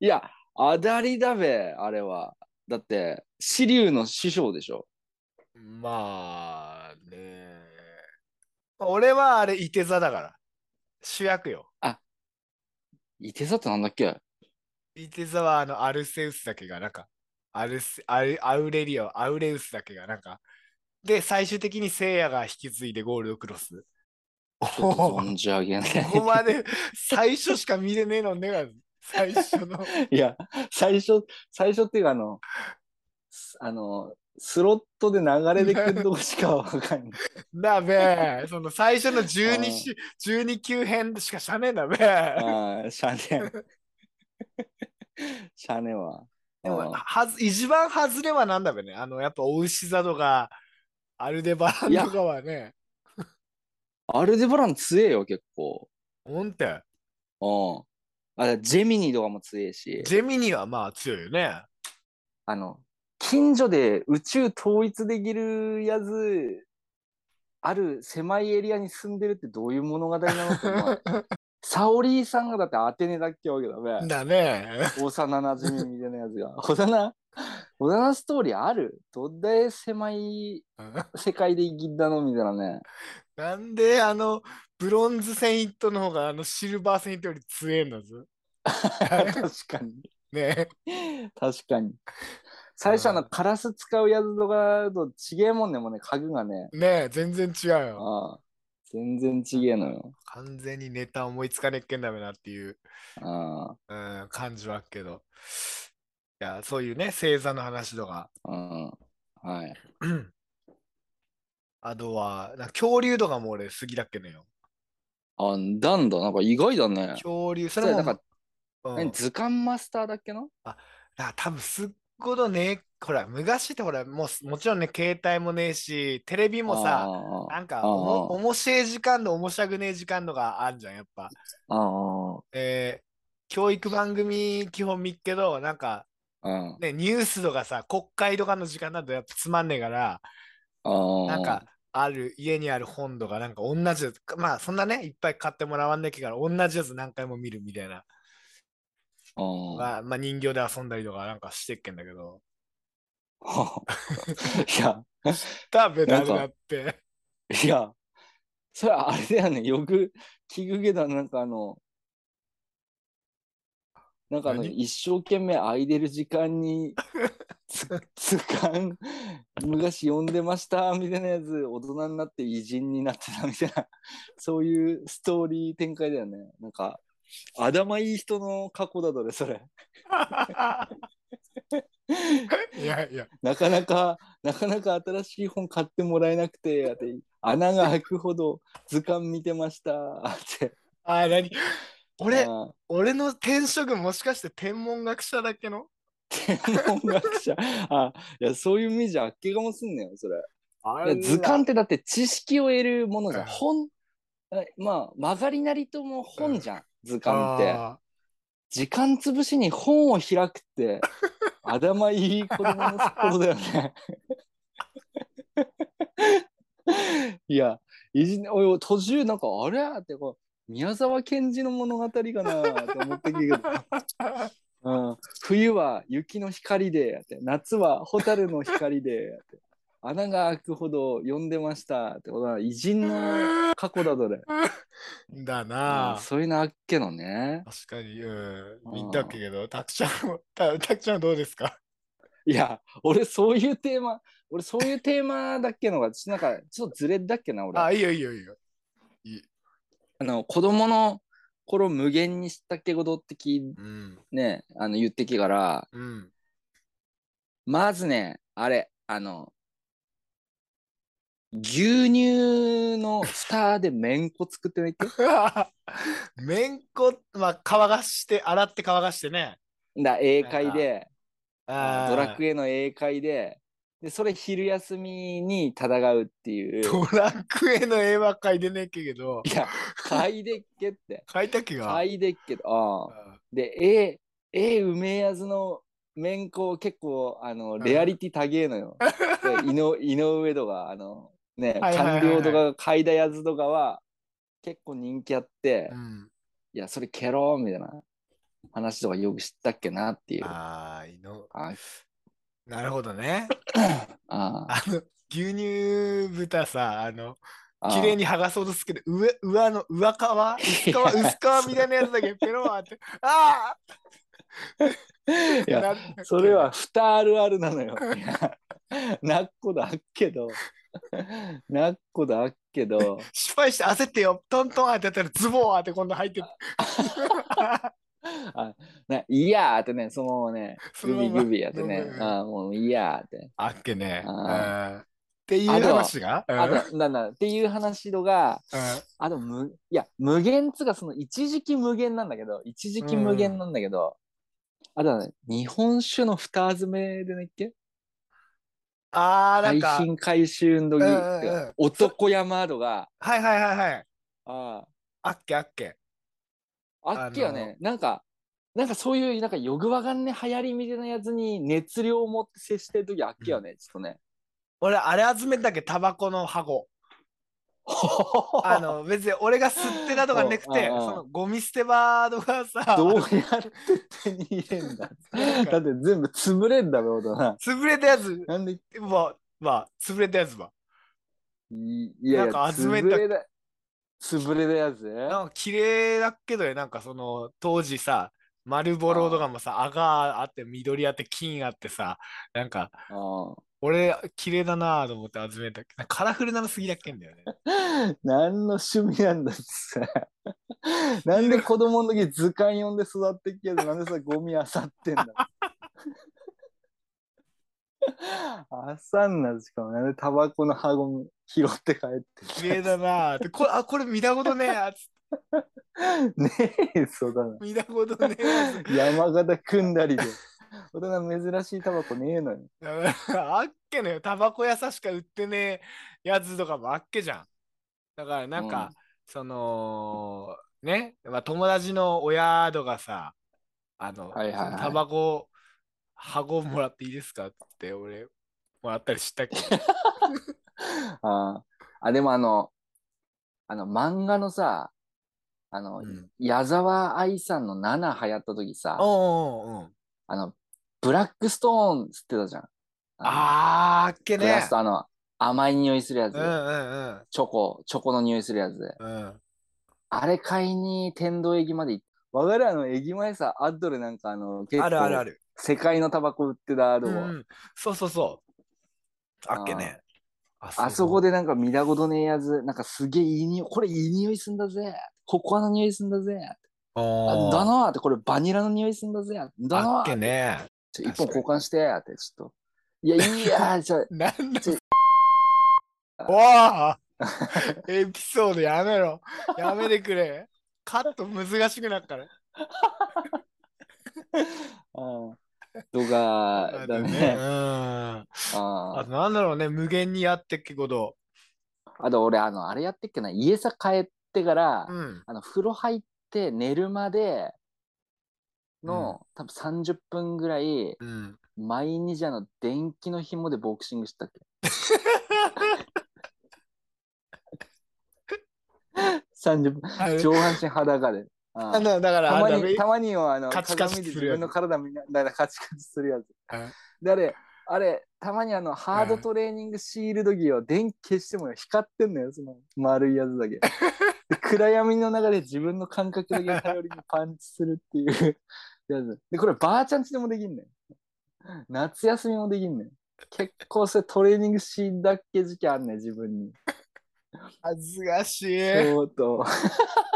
S3: いや、あだりだべ、あれは。だって、紫龍の師匠でしょ。
S1: まあね。俺はあれ、いて座だから。主役よ。
S3: いて座ってなんだっけ
S1: いて座はあの、アルセウスだけが、なんか、アルセアルアウレリオ、アウレウスだけが、なんか。で、最終的にセイヤが引き継いでゴールドクロス。お
S3: ちょっと
S1: お、
S3: 存じ上 げない。
S1: ここまで最初しか見れねえのねが、最初の。
S3: いや、最初、最初っていうか、あの、すあの、スロットで流れでくるとこしかわか んない。
S1: だべ、その最初の12
S3: うん
S1: し、12級編しかしゃねえんだべ。で
S3: ああ、シャネ。 シャネは。
S1: も
S3: ああ
S1: はず、一番外れはなんだべね。あの、やっぱ、お牛座とか、アルデバランとかはね、
S3: アルデバラン強えよ、結構。
S1: ほんて、
S3: うん。あジェミニとかも強えし、
S1: ジェミニはまあ強いよ ね。
S3: あの、近所で宇宙統一できるやつ、ある狭いエリアに住んでるってどういう物語なのって 思う。サオリーさんがだってアテネだっけわけだべ。
S1: だね。
S3: 幼なじみみたいなやつが。幼な小田のストーリーあるどんだけ狭い世界で生きんだのみたい なね。
S1: なんであのブロンズセイントの方があのシルバーセイントより強えんだぞ。
S3: 確かに。
S1: ね
S3: 確かに。最初あのカラス使うやつとかとちげえもんねもうね、家具がね。
S1: え、ねえ、全然違うよ。
S3: ああ全然ちげえのよ。
S1: 完全にネタ思いつかねっけんだめなっていう、
S3: あ
S1: うん、感じはあっけど。いや、そういうね、星座の話とか。
S3: あうんはい。
S1: うん あとは、なんか恐竜とかも俺好きだっけねよ。
S3: あ、なんだ、なんか意外だね。
S1: 恐竜、そ
S3: そ
S1: れ
S3: れ
S1: も、
S3: なんか、
S1: うん
S3: 何図鑑マスターだっけな
S1: あ、多分すっごどね、ほら、昔ってほら、もうすもちろんね、携帯もねえし、テレビもさ、
S3: あ
S1: なんか
S3: あー
S1: おも、おもしえ時間とおもしゃぐねえ時間とかあんじゃん、やっぱ。
S3: あ、あ
S1: えー教育番組基本見っけど、なんか
S3: あ、うん。
S1: ね、ニュースとかさ、国会とかの時間だとやっぱつまんねえから、
S3: ああ、
S1: なんか、ある、家にある本とか、なんか同じやつ、まあそんなね、いっぱい買ってもらわんねえから、同じやつ何回も見るみたいな、
S3: あー
S1: まあ、まあ人形で遊んだりとかなんかしてっけんだけど、
S3: いや、
S1: 食べた
S3: なん
S1: く
S3: か
S1: なって。
S3: いや、それあれだよね、よく聞くけど、なんかあの、なんかあの、
S1: 何
S3: 一生懸命空いてる時間に、つ図鑑、昔読んでました、みたいなやつ、大人になって偉人になってた、みたいな、そういうストーリー展開だよね。なんか、頭いい人の過去だとね、それ。
S1: いやいや、
S3: なかなか、なかなか新しい本買ってもらえなくて、あて穴が開くほど図鑑見てました、って。
S1: あー、何俺、
S3: あ
S1: 俺の転職もしかして天文学者だっけの
S3: 天文学者。あ、いや、そういう意味じゃあっけがもすんねよ、それ。
S1: あ
S3: いや図鑑ってだって知識を得るものじゃん。
S1: うん
S3: 本、えまあ、曲がりなりとも本じゃん、図鑑って。
S1: あ
S3: 時間つぶしに本を開くって、頭いい子供のことだよね。 いや、いじおい途中なんかあれってこう、宮沢賢治の物語かなって思ってきたけど。
S1: ー
S3: うん、冬は雪の光でやって夏は蛍の光でやって穴が開くほど呼んでましたってことは偉人の過去だどれ、
S1: だな
S3: うん
S1: あ
S3: そういうのあっけのね
S1: 確かに、うん。見たっけど、たくちゃんも、たたくちゃんはどうですか
S3: いや俺そういうテーマ俺そういうテーマだっけのがちょっとなんかちょっとずれだっけな俺
S1: あ、
S3: あ
S1: いいよいいよいいよ。
S3: の子供の頃無限に知ったっけことってき
S1: うん。
S3: ねあの言ってきから
S1: うん。
S3: まずねあれあの牛乳の蓋で麺粉作ってないっけ
S1: めんこ、まあ、乾がして、洗って乾がしてね。
S3: だ英会で
S1: あー
S3: ドラクエの英会ででそれ昼休みに戦うっていう
S1: ドラクエの絵は描いてねえけ ど
S3: い、や買いでっけって
S1: 描いたっけが。
S3: 買いでっけああ
S1: あ
S3: でええうめえやつの面子結構あの
S1: ん
S3: レアリティ高え のよ、で井の井上とかあのね
S1: はいはいはいはい
S3: 官僚とか買いだやつとかは結構人気あって、
S1: うん。
S3: いやそれケローみたいな話とかよく知ったっけなっていうあ
S1: ああ、いの。
S3: あ
S1: なるほどね。
S3: あ
S1: あの、牛乳豚さ、あの、
S3: あ
S1: 綺麗に剥がそうとするけど、上、上の上 皮薄皮薄皮みたいなやつだけペローって、あ
S3: い
S1: あ
S3: や
S1: なる
S3: それは蓋あるあるな のよ。いやなっこだっけど、 なっこだっけど、
S1: 失敗して焦ってよ、トントンってやったらズボーって今度入ってる。
S3: あないやーってね、そのままね、
S1: そ
S3: グ
S1: のま
S3: ビ
S1: ま
S3: グビやってね
S1: う、ん
S3: あーもういやーって。
S1: あっけね。
S3: あ
S1: うんっていう
S3: あとは
S1: 話がうん
S3: あと、なんだっていう話のが、
S1: うん
S3: あとむ、いや、無限っつうか、その一時期無限なんだけど、一時期無限なんだけど、あとはね、日本酒の蓋詰めでねっけ
S1: あー、なん
S3: 廃
S1: か、
S3: 品回収の時、
S1: うんうんうん
S3: 男山とか、
S1: はいはいはいはい。
S3: あー
S1: あっけあっけ。
S3: あっけよね、なんか、なんかそういう、なんかよくわかんねえ流行りみたいなやつに熱量を持って接してるときあっけよね、ちょっとね。
S1: 俺、あれ集めたっけ、タバコの箱。あの別に俺が吸ってたとかなくて、
S3: うんうんうん
S1: そのゴミ捨て場とかさ、
S3: どうやって手に入れんだ
S1: なん
S3: だ
S1: か
S3: って全部潰れんだろうだな。
S1: 潰れたやつ、
S3: なんで、い
S1: まあ、まあ、潰れたやつば。
S3: いやいや、
S1: なんか集めた
S3: 潰れだ、潰れだやつ
S1: なんか綺麗だけどね、なんかその当時さ、丸ボロとかもさ、赤あって緑あって金あってさ、なんか
S3: あ
S1: 俺綺麗だなと思って集めたけど、カラフルなのすぎだっけんだよね。
S3: あ何の趣味なんだっ てさ。なんで子供の時図鑑読んで育ってきてるなんでさ、ゴミ漁ってんだ。あさんなしかもなんでタバコの箱拾って帰ってき
S1: 綺麗だなって、これ、あ、これ見たことねえ やつ、
S3: ねえ、そうだな。
S1: 見たことねえやつ。
S3: 山形組んだりで。大人珍しいタバコねえのに。
S1: だからあっけのよ、タバコ屋さしか売ってねえやつとかもあっけじゃん。だからなんか、その、ね、まあ、友達の親とかさ、あの、
S3: はいはいはい
S1: タバコ、箱もらっていいですかって俺、もらったりしたっけ
S3: あーあ、でもあの、あの漫画のさ、あの、
S1: うん
S3: 矢沢愛さんの7流行った時さ、
S1: おうんうんうん。
S3: あの、ブラックストーン吸ってたじゃん。
S1: あ
S3: あ
S1: ー、あっけ
S3: のグラ
S1: ね
S3: ス。とあの、甘い匂いするやつ、
S1: うんうん
S3: チョコ、チョコの匂いするやつで。
S1: うん。うん、
S3: あれ買いに天童駅まで行って。わかるあの、駅前さ、アッドルなんかあの、結構
S1: あるあるある。
S3: 世界のタバコ売ってたある
S1: う
S3: わ
S1: んうんそうそうそう。あっけね。あ
S3: あそこでなんか見たことねえやつ、なんかすげえいい匂い、これいい匂いすんだぜ。ココアの匂いすんだぜ。
S1: あ
S3: あ
S1: ー
S3: だなーって、これバニラの匂いすんだぜ。だ
S1: あ
S3: な
S1: っけ
S3: ー
S1: ね。
S3: ちょ一本交換してーって、ちょっと。いや、いいやー、じゃ
S1: なんだ
S3: ちょ
S1: おおエピソード やめろやめてくれカット難しくなっから
S3: あ、うんとか、だ
S1: う
S3: ね。
S1: んあ
S3: あ
S1: と
S3: ー
S1: なんだろうね無限にやってっけこと
S3: あと俺、あの、あれやってっけな、家さ帰ってから、
S1: うん
S3: あの、風呂入って寝るまでの、多分30分ぐらい、
S1: うん
S3: 毎日あの、電気の紐でボクシングしたっけ。30分。
S1: あれ
S3: 上半身裸で。あ
S1: あ
S3: ー
S1: のだから
S3: た
S1: あ
S3: ま
S1: れだ
S3: に、
S1: べ
S3: たまにはあの、
S1: カチカチ
S3: 鏡です自
S1: るやつ
S3: 分の体見なだからカチカチするやつ
S1: うん。
S3: で、あれ、あれ、たまにあの、ハードトレーニングシールド着を電気消しても光ってんのよ、その丸いやつ だけ。で暗闇の中で自分の感覚だけ頼りにパンチするっていうやつ。で、こればあちゃんちでもできんねん。夏休みもできんねん。結構それトレーニングシールだっけ時期あんねん、自分に。
S1: 恥ずかしい
S3: 相当。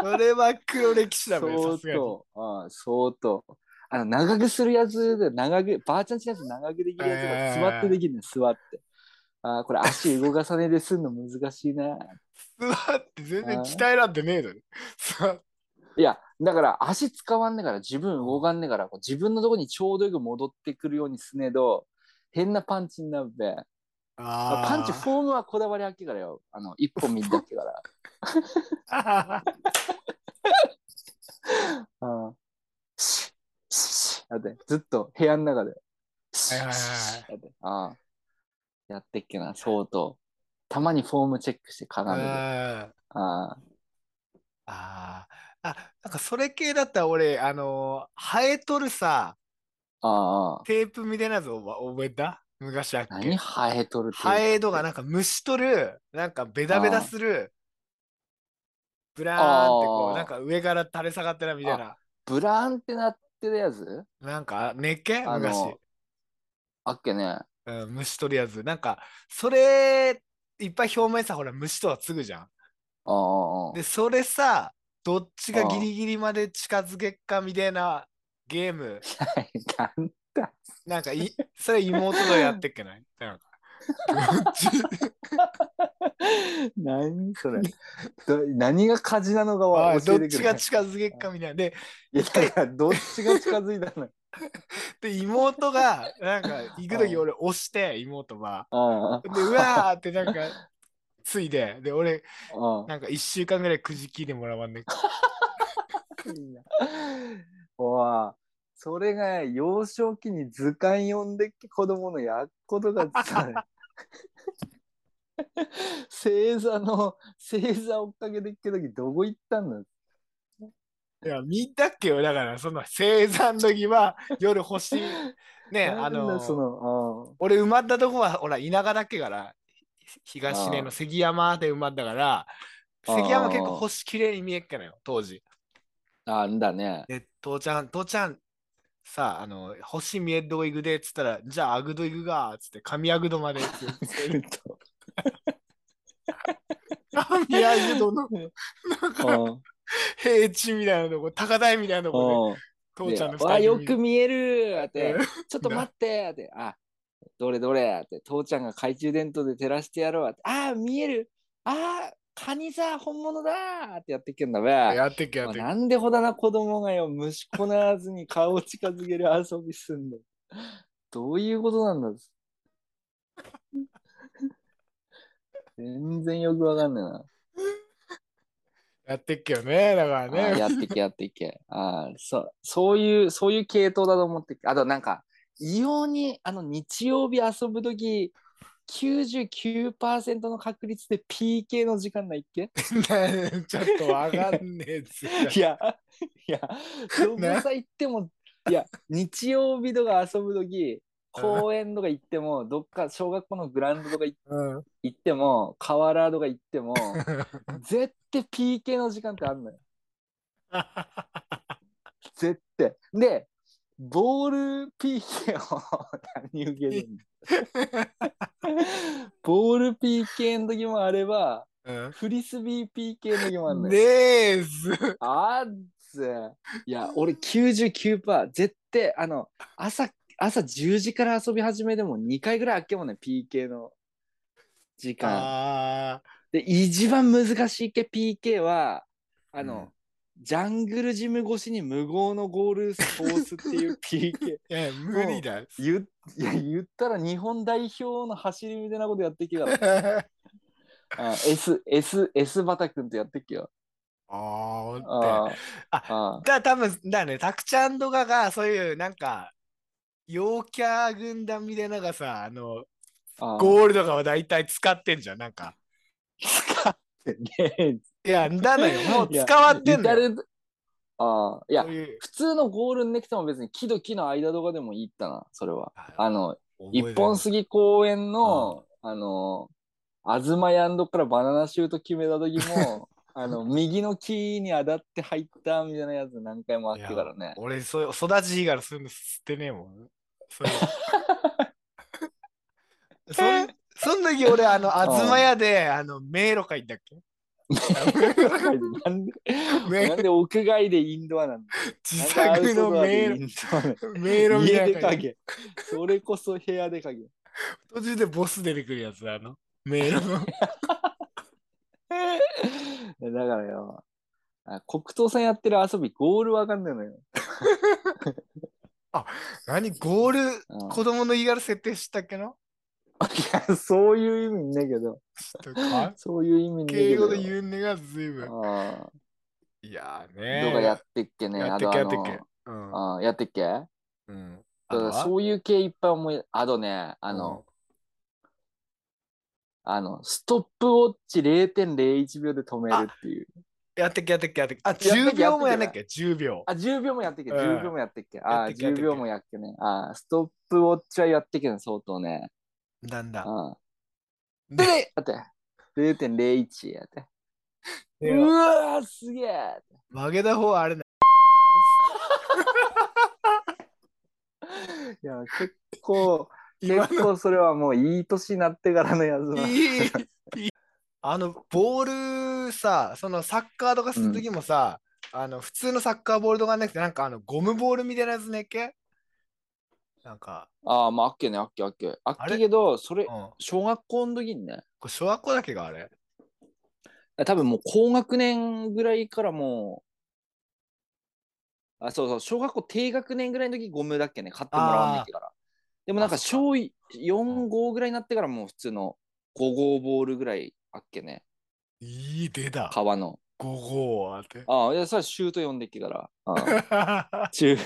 S1: それは黒歴史だべ
S3: 相
S1: さすがに
S3: 当、ああ相当。あの、長くするやつで、長く、ばあちゃんちのやつ長くできるやつ
S1: えー
S3: が座ってできるね、座って。ああ、これ足動かさねえですんの難しいな。
S1: 座って全然鍛えらんてねえだろさ
S3: いや、だから足使わんねえから、自分動かんねえから、こう自分のとこにちょうどよく戻ってくるようにすねど、変なパンチになるべ。
S1: あ
S3: パンチフォームはこだわりあっけからよ。あの、一本見っだっけから。
S1: ー
S3: ああシッシッシッだって、ずっと部屋の中で。シ
S1: はい
S3: ッ
S1: はいはい
S3: シッだってああやってっけな、相当。たまにフォームチェックして
S1: う
S3: 鏡で。あ
S1: ん
S3: あ
S1: ああ、あ、なんかそれ系だったら俺、あのー生えとるさ、
S3: ああ。
S1: テープみたいなやつおば覚えた昔あっ
S3: 何
S1: け。
S3: 生えとるって。
S1: 生えとがなんか虫取る、なんかベタベタする、ブラーンってこ
S3: あ
S1: う、
S3: ー
S1: なんか上から垂れ下がってるみたいな、
S3: ブラーンってなってるやつ
S1: なんか根っけ
S3: あの
S1: 昔、
S3: あっけね。
S1: うん、虫取るやつ。なんか、それ、いっぱい表面さ、ほら虫とはつぐじゃん。
S3: ああ。
S1: で、それさ、どっちが
S3: あー
S1: ギリギリまで近づけっかみたいなゲーム。
S3: なんだ
S1: なんかい、それ妹とやってっけない なんか。どっち
S3: 何それど何が火事なのか
S1: あ
S3: は教
S1: ど
S3: え
S1: って
S3: く
S1: ち
S3: れ
S1: が。近づけっかみたいな。で、
S3: いやだからどっちが近づいたの
S1: で妹が、なんか、行くとき俺押して、妹は。
S3: あ
S1: で、うわーってなんか、ついで。で、俺、
S3: あ。ああ。
S1: なんか1週間ぐらいくじきでもらわんねんか。
S3: いいな。おいそれが幼少期に図鑑読んでっけ子供のやっことがさ、星座の、星座追っかけてきた時どこ行ったんだ
S1: いや、見たっけよ。だから、その生産の時は夜星、ね、
S3: な
S1: あ
S3: んだ
S1: の、
S3: その、
S1: 俺埋まったとこは、ほら、田舎だっけから、ひ東根の関山で埋まったから、
S3: あー
S1: 関山結構星綺麗に見えっけなよ、当時。
S3: ああ、なんだ ね。
S1: で、父ちゃん、父ちゃん、さあ、あの、星見えっどいぐで、っつったら、じゃあ、アグドイグが、つって、神アグドまで、つって
S3: 来 ると。
S1: 神アグドの
S3: うん
S1: 平地みたいなとこ、高台みたいなとこ
S3: うん
S1: で、父ちゃんの
S3: でわあ、
S1: 二
S3: よく
S1: 人組
S3: 見えるって
S1: う、
S3: ちょっと待ってって、あ、どれどれって、父ちゃんが懐中電灯で照らしてやろうって、あー、見えるあー、カニさ、本物だってやってっけんだべ。
S1: やってっけ、や
S3: ま
S1: っ
S3: あ
S1: てっけ
S3: なんでほだな子供がよ、虫こならずに顔を近づける遊びすんの。どういうことなんだ 全然よくわかんな
S1: やってっけよね、だから
S3: いな。あー
S1: ね。
S3: やってけやってけ。あーそそういう、そういう系統だと思って。あとなんか、異様にあの日曜日遊ぶとき、99%の確率で PK の時間ないっけ
S1: ちょっとわかんねえっすよ。
S3: いや、いや、どこさ行っても、いや、日曜日とか遊ぶとき、公園とか行っても、どっか小学校のグラウンドとかい
S1: うん
S3: 行っても、河原とか行って も、絶対 PK の時間ってあるのよ。絶対。で、ボール PK を何受けるんだボール PK の時もあれば、
S1: うん
S3: フリスビー PK の時もあるのよ。
S1: ねえっす。
S3: あっぜ。いや、俺99%、絶対、あの、朝、朝10時から遊び始めでも2回ぐらいあっけもんね、PK の時間。
S1: あ
S3: で、一番難しいけ、PK は、あの、ジャングルジム越しに無謀のゴールコースっていう PK。
S1: ーいや、無理だっす。
S3: 言っいや言ったら日本代表の走りみたいなことやってきた らあ S, S, S バタ君とやってきよ。
S1: ああ、ほん
S3: あ
S1: と
S3: ああ
S1: だ、多分だね、たくちゃんとかが、そういう、なんか、陽キャ軍団みたいなのがさ、あの、
S3: ああ
S1: ゴールとかは大体使ってんじゃん、なんか。
S3: 使ってねえ
S1: いや、なのよ、もう
S3: いや
S1: 使わってんの
S3: 至
S1: よ。
S3: るああ、いや
S1: そう、いう
S3: 普通のゴールネクタイも別に木と木の間とかでもいいったな、それは。あの、
S1: 覚えてる
S3: 一本杉公園の、あの、東ヤンドからバナナシュート決めた時 も、あの、右の木に当たって入ったみたいなやつ何回もあってからね。
S1: 俺、そういう育ちいいからそういうの吸ってねえもん。そういう そんそん時俺、あの、東屋で、あの、迷路会行ったっけ
S3: なんでなんで屋外でインドアなんだ
S1: 自作の迷
S3: なん
S1: 路、
S3: でアウトドアでイン
S1: 迷
S3: ドア
S1: 路
S3: なん
S1: み
S3: 家
S1: たい
S3: で
S1: な感じ。
S3: 影。それこそ部屋で影。
S1: 途中でボス出てくるやつだ、あの、迷路 の。
S3: だからよ、あ黒糖さんやってる遊び、ゴールわかんないのよ。
S1: 何、ゴール、
S3: うん
S1: 子供の家から設定したっけない
S3: や、そういう意味ねえけど、
S1: ちょっとか、
S3: そういう意味ねえ
S1: 敬
S3: け
S1: 語
S3: ど。
S1: で言うねがずいぶん。
S3: あ
S1: いやー
S3: あ、
S1: ね
S3: どうかやってっけね。
S1: や
S3: あ
S1: ってっ
S3: と
S1: け、
S3: あ
S1: やってっけ
S3: の、。
S1: うん。
S3: ああやってっけだ
S1: うん。あ
S3: か
S1: と
S3: ら
S1: は
S3: そういう系いっぱい思い、あとね、あの、、あの、ストップウォッチ0.01秒で止めるっていう。
S1: やってっけやってっけやってっけ。あ、
S3: やって
S1: 10
S3: っけやってっけ
S1: 秒もやんなきゃ、10秒。
S3: あ、10秒もやってっけ、
S1: うん
S3: 10秒もやってっけ。あ
S1: やっ
S3: あ、
S1: てっけやってっけ
S3: 10秒もやっけね。ああ、ストップウォッチはやってっけね、相当ね。
S1: なんだ。
S3: ああ。
S1: で、
S3: だって、0.01やって。
S1: で
S3: うわー、すげえ
S1: 曲げた方はあれな。
S3: いや、結構、
S1: 今
S3: 結構それはもういい年になってからのやつ
S1: の
S3: な。
S1: いい。あの、ボールさ、そのサッカーとかするときもさ、あの、普通のサッカーボールとかじゃなくて、なんかあの、ゴムボールみたいなやつねっけなんか、
S3: ああ、まあ、あっけね、あっけ、あっけ。あっ
S1: あれ
S3: けけど、そ
S1: うん
S3: れ、。小学校の時にね、
S1: これ小学校だっけがあれ
S3: 多分もう高学年ぐらいからもう、あ、そうそう、小学校低学年ぐらいの時ゴムだっけね、買ってもらわないから。でもなんか
S1: あそ
S3: 小4、5ぐらいになってからもう普通の5号ボールぐらいあっけね、
S1: いい出だ。
S3: 革の。
S1: 5号あって。
S3: ああ、いや、それはシュート読んでっけから。ああ 中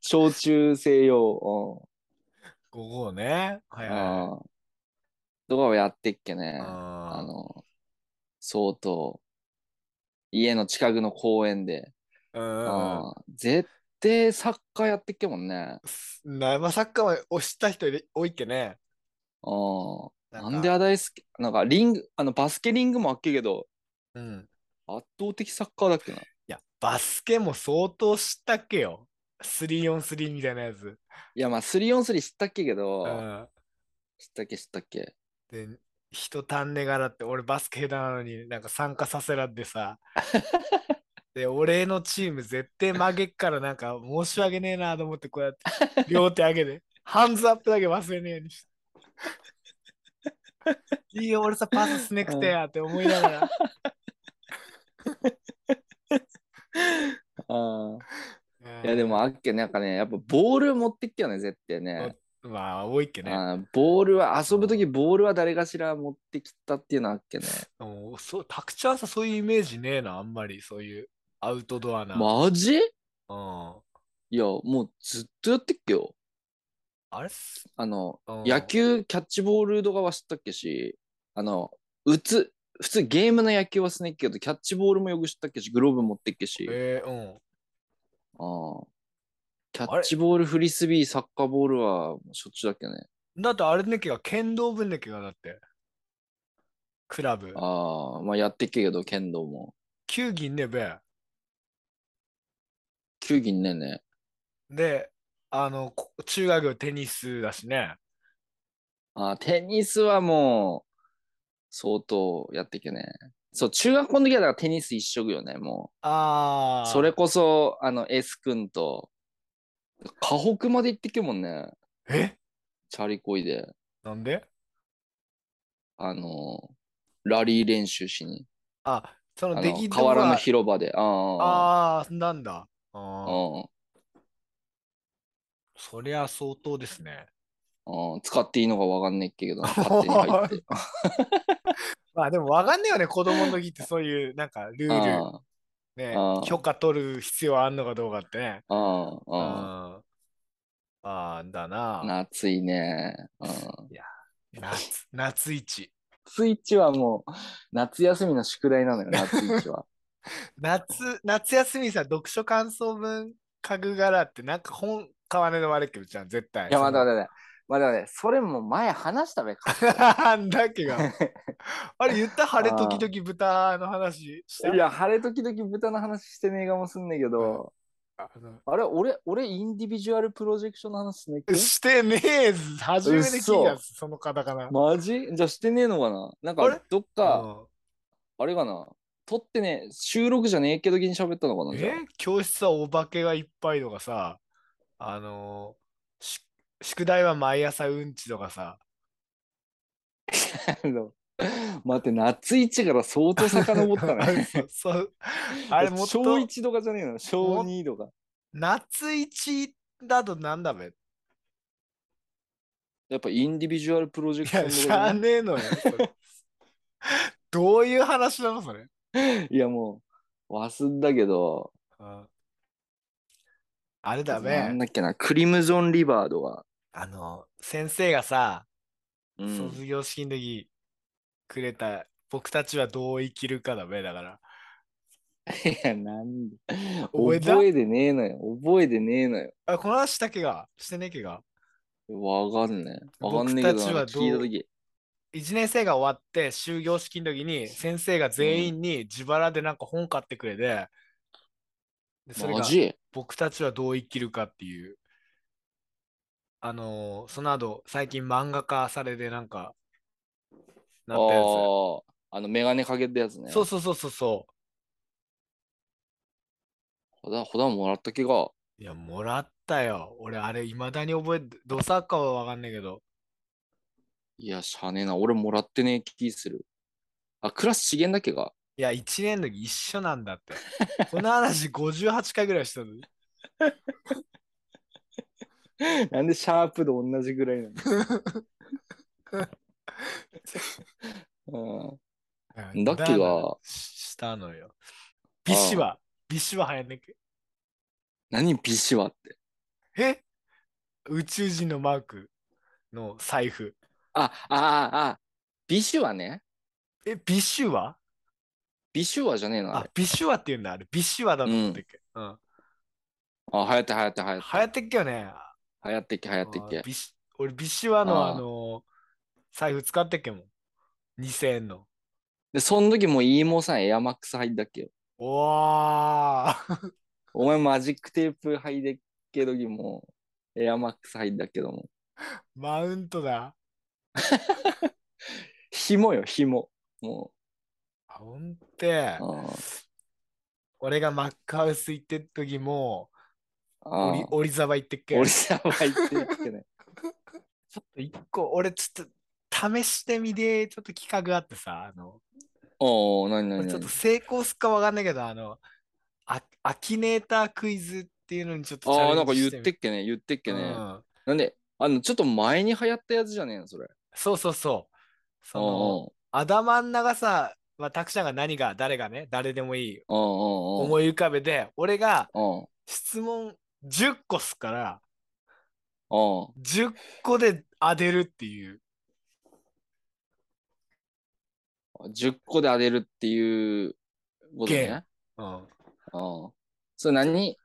S3: 小中生用、
S1: 5号ね。は
S3: う
S1: い
S3: ん
S1: はいはい。
S3: うんとかをやってっけね。あ
S1: あ
S3: の、そうと、家の近くの公園で、
S1: うんうん。
S3: ああ絶対サッカーやってっけもんね。
S1: 生サッカーは押した人いる多いっけね。
S3: ああなんで
S1: か
S3: あだいすき、なんかリング、あのバスケリングもあっけけど、
S1: うん。
S3: 圧倒的サッカーだっけな。
S1: いや、バスケも相当知ったっけよ。3on3 みたいなやつ。
S3: いや、まあ、3on3 知ったっけけど
S1: う、ん。
S3: 知ったっけ知ったっけ。
S1: で、人足んねがらって、俺バスケ下手なのになんか参加させらって さ。で、俺のチーム絶対曲げっからなんか申し訳ねえなと思ってこうやって両手上げ て、ハンズアップだけ忘れねえようにして。いいよ、俺さ、パスしねくてやって思いながら。
S3: ああ
S1: うん
S3: いや、でもあっけ、なんかね、やっぱボール持ってっけよね、絶対ね。
S1: まあ、多いっけね。
S3: ああボールは、遊ぶときボールは誰かしら持ってきたっていうのはあっけね。
S1: おそう、タクちゃんさ、そういうイメージねえな、あんまり、そういうアウトドアな。
S3: マジ
S1: うん、
S3: いや、もうずっとやってっけよ。
S1: あれっす、
S3: あの、
S1: うん
S3: 野球キャッチボールとかは知ったっけし、あの、打つ、普通ゲームの野球はすねっけど、キャッチボールもよく知ったっけし、グローブ持ってっけし、
S1: えー、うん。
S3: あーキャッチボール、フリスビー、サッカーボールはしょっちゅうだっけね。
S1: だってあれねけが、剣道部ねけが、だって。クラブ。
S3: ああ、まあやってっけけど、剣道も。
S1: 球技ねべ。
S3: 球技ねえね。
S1: で、あの、こ中学はテニスだしね。
S3: あーテニスはもう、相当やってっけね。そう、中学校の時はだからテニス一色よね、もう。
S1: ああ。
S3: それこそ、あの、S 君と、河北まで行ってけもんね、
S1: え
S3: チャリこいで、
S1: なんで
S3: あの、ラリー練習しに、
S1: あ、そ
S3: あ
S1: の、出
S3: の、
S1: 来
S3: 河原の
S1: は
S3: 広場で、ああ、
S1: ああ、なんだ。
S3: う
S1: あー
S3: ん、
S1: そりゃ相当ですね。
S3: うん、使っていいのかわかんねえっ けど、勝手に入って。
S1: まあでもわかんねえよね、子供の時ってそういう、なんか、ルール。
S3: あ
S1: ね
S3: あ、ー
S1: 許可取る必要あんのかどうかってね。
S3: あ、あ
S1: うん。
S3: あ、
S1: ああー、だな。
S3: 夏いね。うん
S1: 夏、夏一。
S3: スイッチはもう、夏休みの宿題 なのよ、夏イッチは。
S1: 夏、夏休みさ、読書感想文書く柄って、なんか本買わねえの悪いけどじゃん、絶対。
S3: いや、
S1: そ
S3: ま
S1: の
S3: だまだまだ。まだまだ、それも前話したべ、か
S1: なんだっけ が。あれ言った晴れ時々豚の話した。
S3: いや、晴れ時々豚の話してねえかもすんねえけど、
S1: あの
S3: あれ、俺、俺、インディビジュアルプロジェクションの話しねえっけ
S1: してねえず、初めて聞いたやつ、その方かな。
S3: マジじゃあしてねえのかなな
S1: あ
S3: ん
S1: れ
S3: か、どっ
S1: う
S3: か、
S1: ん
S3: あれかな撮ってね、収録じゃねえけど気に喋ったのかなじゃ
S1: え教室はお化けがいっぱいとかさ、あのーし宿題は毎朝うんちとかさ、
S3: ああの待って、夏一から相当遡ったね。
S1: そう あれもっ
S3: 小
S1: と
S3: 一とかじゃねえの小二とか。
S1: 夏一だとなんだべい
S3: やっぱインディビジュアルプロジェクショ
S1: や、
S3: ン
S1: し
S3: と
S1: ゃ
S3: かじゃね
S1: ねえのよ。そ れどういう話なのそれ。
S3: いや、もう、忘んだけど、
S1: うんあれだ
S3: な
S1: べ
S3: ん、だっけな、クリムゾンリバードは。
S1: あの、先生がさ、
S3: うん、
S1: 卒業式の時くれた、僕たちはどう生きるかだべ、だから。
S3: いや、なんだ。
S1: 覚えた
S3: 覚えてねえのよ。覚えてねえのよ。
S1: あ、この話したけが、してねえけが。
S3: わかんねえ。わかんねえけど、
S1: 僕たちはどう
S3: 聞いたとき。
S1: 1年生が終わって終業式の時に先生が全員に自腹でなんか本買ってくれて、でそれ
S3: マ
S1: が
S3: ジ
S1: 僕たちはどう生きるかっていうあのーその後最近漫画化されてなんかなったや
S3: ああ、あの、メガネかけたやつね。
S1: つそうそうそうそうそ
S3: ほだ、ほだもらった気が。
S1: ういやもらったよ俺あれいまだに覚えてどさっかはわかんないけど
S3: いや、しゃあねえな。俺もらってねえ気する。あ、クラス資源だっけが。
S1: いや1年の時一緒なんだってこの話58回ぐらいしたのに
S3: なんでシャープと同じぐらいな のだっけが
S1: なししたのよ。ビシは、ビシは流行んねんけ。
S3: 何ビシワって。
S1: え宇宙人のマークの財布。
S3: あ、ああ、あ、ビシワね。
S1: え、ビシュワ
S3: ビシュワじゃねえな。あ
S1: あ
S3: れ、
S1: ビシュワって言うんだ、あれ。ビシュワだと思ったっけ。うん。
S3: あ、流行った流行っ
S1: 流
S3: た流行っ
S1: 行ってっけよね。
S3: た。流行ってっけ流行ってっ
S1: あ
S3: け。
S1: ビシ俺、ビシュワの
S3: あ
S1: あ
S3: ー
S1: のー財布使ってっけもん。2000円の。
S3: で、その時もうイーモさんエアマックス入ったっけよ。
S1: おー
S3: お前マジックテープ入れっけ時もエアマックス入ったけども。
S1: マウントだ。
S3: 紐よ、紐。も
S1: あほんて
S3: う。、あ
S1: 俺がマックハウス行ってっ時も、
S3: あ
S1: オリ
S3: あ
S1: オリザバ行ってっけ
S3: 俺さ、入ってっけね。
S1: ちょっと一個、俺ちょっと試してみで、ちょっと企画あってさ、あの、
S3: おお、なにな
S1: 俺
S3: に
S1: ちょ
S3: な
S1: っ
S3: に
S1: と成功すっかわかんないけど、あの、あアキネータークイズっていうのにちょっとチャ
S3: ああ、
S1: レ
S3: なん
S1: ン
S3: か
S1: ジ
S3: 言
S1: し
S3: っ
S1: て
S3: っけね、言ってっけ
S1: み
S3: ね。
S1: うん
S3: なんで、あの、ちょっと前に流行ったやつじゃねえの、それ。
S1: そうそうそう。その、
S3: お
S1: アダマン長さ、まあ、たくちゃんが何が、誰がね、誰でもいい、
S3: うんうんうん
S1: 思い浮かべて、俺が
S3: うん
S1: 質問10個すっから、
S3: うん
S1: 10個で当てるっていう。
S3: うん10個で当てるっていうこと
S1: ゲー
S3: ね。
S1: うん
S3: うん。それ何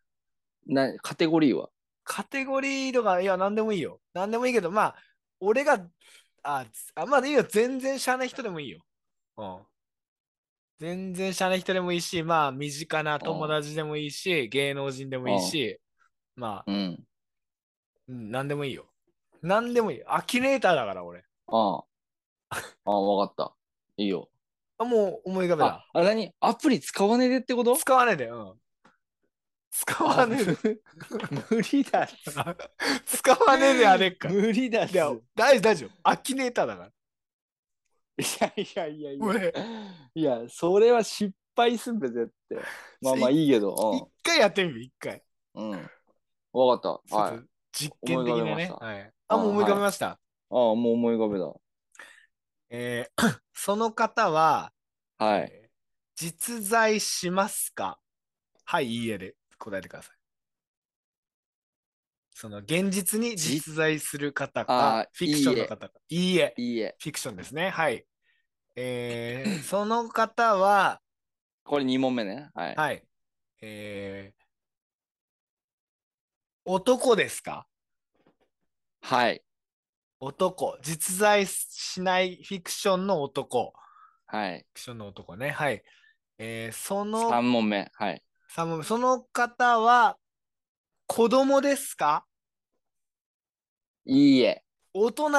S3: なカテゴリーは
S1: カテゴリーとか、いや、なんでもいいよ。なんでもいいけど、まあ、俺が、あ、つあまあいいよ。全然知らない人でもいいよ。うん。全然知らない人でもいいし、まあ、身近な友達でもいいし、芸能人でもいいし、まあ、
S3: うん。
S1: うん、なんでもいいよ。なんでもいいよ。アキネーターだから、俺。
S3: ああ。ああ、わかった。いいよ。
S1: あ、もう思い浮かべ
S3: あ
S1: た。、
S3: あ何アプリ使わねえでってこと
S1: 使わねえで、うん。使わねえで。
S3: 無理だっつ。
S1: 使わねえで、あれっか。い
S3: 無理だっつ。い
S1: や
S3: や、
S1: 大丈夫、大丈夫。アキネーターだから。
S3: いやいやいや。
S1: 俺、
S3: いや、それは失敗すんべ、絶 対。まあまあいいけど。
S1: 一回やってみる、一回。
S3: うん。うん。わかった。はい。
S1: ちょ
S3: あ
S1: っと実験的な
S3: 思い浮
S1: ね
S3: か。べました
S1: はい、あ、もう思い浮かべました。
S3: あ、もう思い浮かべた。
S1: えー その方は、
S3: はい。
S1: えー実在しますかはい、いいえで答えてください。その現実に
S3: じ
S1: 実在する方
S3: あー
S1: か、フィクション
S3: いい
S1: の
S3: え
S1: 方か。いいえ、
S3: いいえ。
S1: フィクションですね。はい。え ーその方は、
S3: これ2問目ね。はい。
S1: はい。えー男ですか
S3: はい。
S1: 男。実在しないフィクションの男。
S3: はい。
S1: フィクションの男ね。はい。えーそ
S3: 3
S1: の、
S3: 問目。はい。
S1: さんその方は、子供ですか
S3: いいえ。
S1: 大人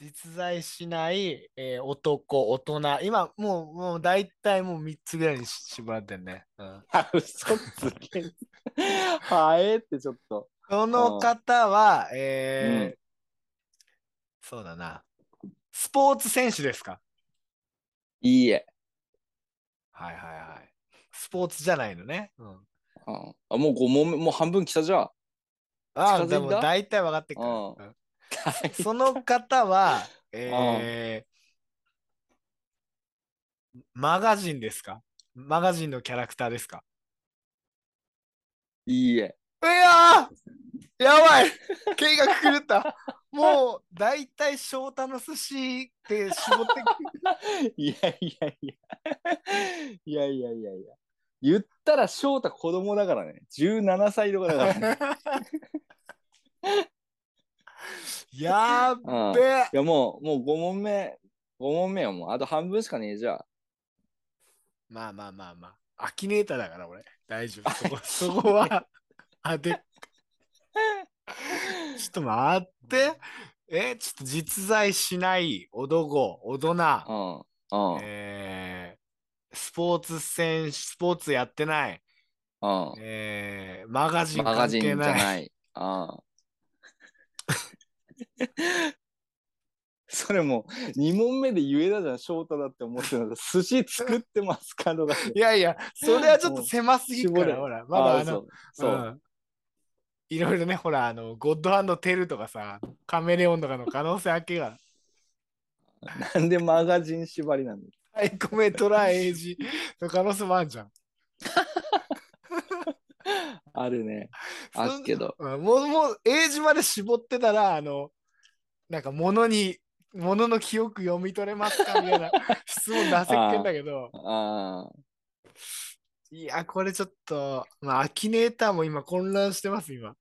S1: 実在しない、えー男、大人。今、もう、もう、大体もう3つぐらいにし絞られてんね。うん。
S3: あ、嘘つけ。はえってちょっと。
S1: その方は、えーそうだな。スポーツ選手ですか
S3: いいえ。
S1: はいはいはい。スポーツじゃないのね。うん。
S3: うんあ、もう5問目、もう半分来たじゃん。
S1: あ
S3: 近づ
S1: あ、
S3: い
S1: で
S3: た
S1: も大体分かってくる
S3: う
S1: から。
S3: ん
S1: うんその方 は、えー、マガジンですかマガジンのキャラクターですか
S3: いいえ。
S1: いやーやばい計画狂 ったもう、大体翔太の寿司って絞って
S3: いやいやいや。いやいやいやいや。言ったら翔太子供だからね。17歳とかだからね。
S1: く やっ
S3: うん。
S1: べ
S3: いやもう、もう5問目、5問目よ、もう。あと半分しかねえじゃん。
S1: まあまあまあまあ。アキネーターだから俺。大丈 夫。そこそこは。あ、で、 ちょっと待って。え、ちょっと実在しない男、大
S3: う
S1: 人、
S3: ん。うん。
S1: えースポーツ選手、スポーツやってない、
S3: うん。
S1: えーマガジン
S3: マガ
S1: 関
S3: ジンじ
S1: 係
S3: ゃ
S1: ない。
S3: ない。ああ それもう2問目で言えたじゃん翔太だって思ってた から寿司作ってますかとかって
S1: いやいや、それはちょっと狭すぎるか
S3: 絞れ
S1: ら、ほら、まだあ
S3: ーそ
S1: の、
S3: うそう、
S1: んいろいろね、ほら、あの、ゴッドハンドテルとかさ、カメレオンとかの可能性あけが、
S3: なんでマガジン縛りなんだ
S1: サイコメトラエイジの可能性もあるじゃん。
S3: あるね
S1: そん
S3: あっけど
S1: うんもう、もう、エイジまで絞ってたら、あの、なんか、物にものの記憶読み取れますかみたいな 質問出せっけんだけど、
S3: ああ、
S1: いや、これちょっと、まあ、アキネーターも今混乱してます、今。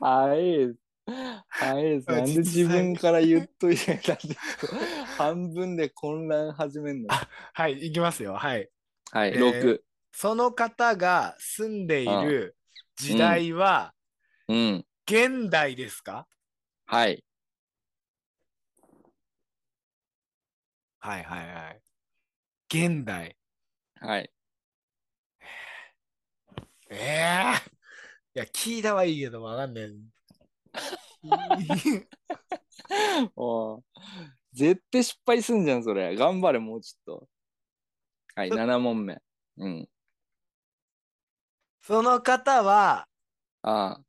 S3: はい。はい。なんで自分から言っといて、だって 半分で混乱始めんの。
S1: はい、いきますよ。はい。
S2: はい、
S1: えー
S2: 6。
S1: その方が住んでいる時代は
S2: うん。
S1: 現代ですか、
S2: はい。
S1: はいはいはい。現代。
S2: はい。
S1: ええいや、聞いたはいいけど、わかんねえ。
S3: おう絶対失敗すんじゃん、それ。頑張れ、もうちょっと。
S2: はい、7問目。うん。
S1: その方は
S2: あ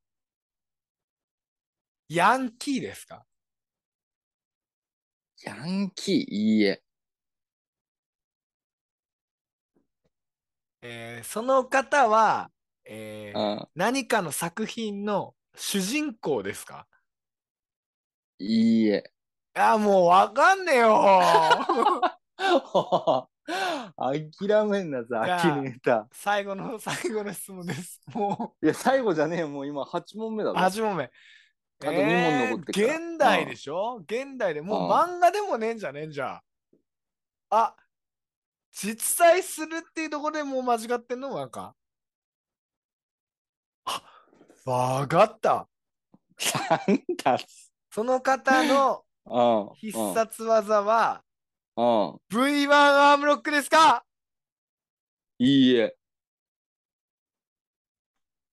S1: ヤンキーですか
S2: ーヤンキー、いいえ。
S1: えーその方は、えー
S2: あー
S1: 何かの作品の主人公ですか
S2: いいえ。
S1: あ、もうわかんねえよ
S3: 諦めんなさ、
S1: じゃあ
S3: アキネータ
S1: 最後の最後の質問です。も
S3: ー。いや、最後じゃねえよ、もう今8問目だ
S1: う、
S3: ろ。
S1: 8問目。
S2: と二問残ってっから
S1: 現代でしょ現代でもう
S2: あ
S1: 漫画でもねえんじゃねえんじゃん。あ実在するっていうところでもう間違ってんのなんか。あわかった。
S3: なんだ
S1: その方の
S2: あ
S1: 必殺技は
S2: あ
S1: V1 アームロックですか
S2: いいえ。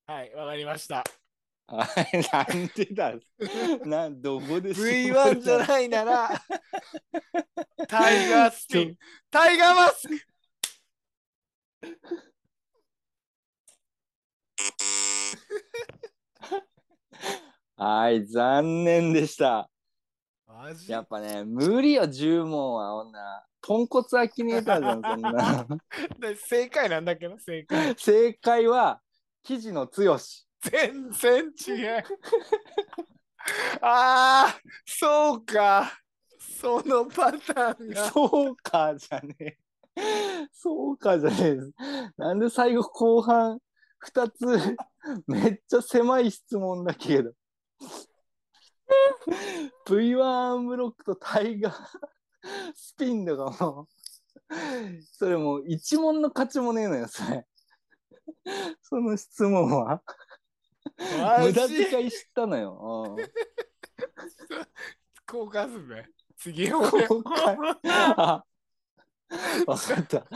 S1: はい、わかりました。
S3: はい なんでだなんどこで
S1: V1 じゃ
S3: い
S1: ない なら、タイガースピン、タイガーマスク
S3: はい、残念でした。
S1: マジ
S3: やっぱね、無理よ、10問は、女。ポンコツアキネーターじゃん、そん な。
S1: で正解なんだっけど、正解。
S3: 正解は、記事の強し。
S1: 全然違う。 ああ、そうか。そのパターンが。
S3: そうか、じゃねえ。そうか、じゃねえ。なんで最後、後半、2つ、めっちゃ狭い質問だけど。V1 アームロックとタイガースピンだがもう、それもう一問の価値もねえのよ、それ。その質問は。
S1: マ
S3: 無
S1: ジ
S3: 駄遣い知ったのよ。うん
S1: 交換すんね。次よ。
S3: 交換 あわかった。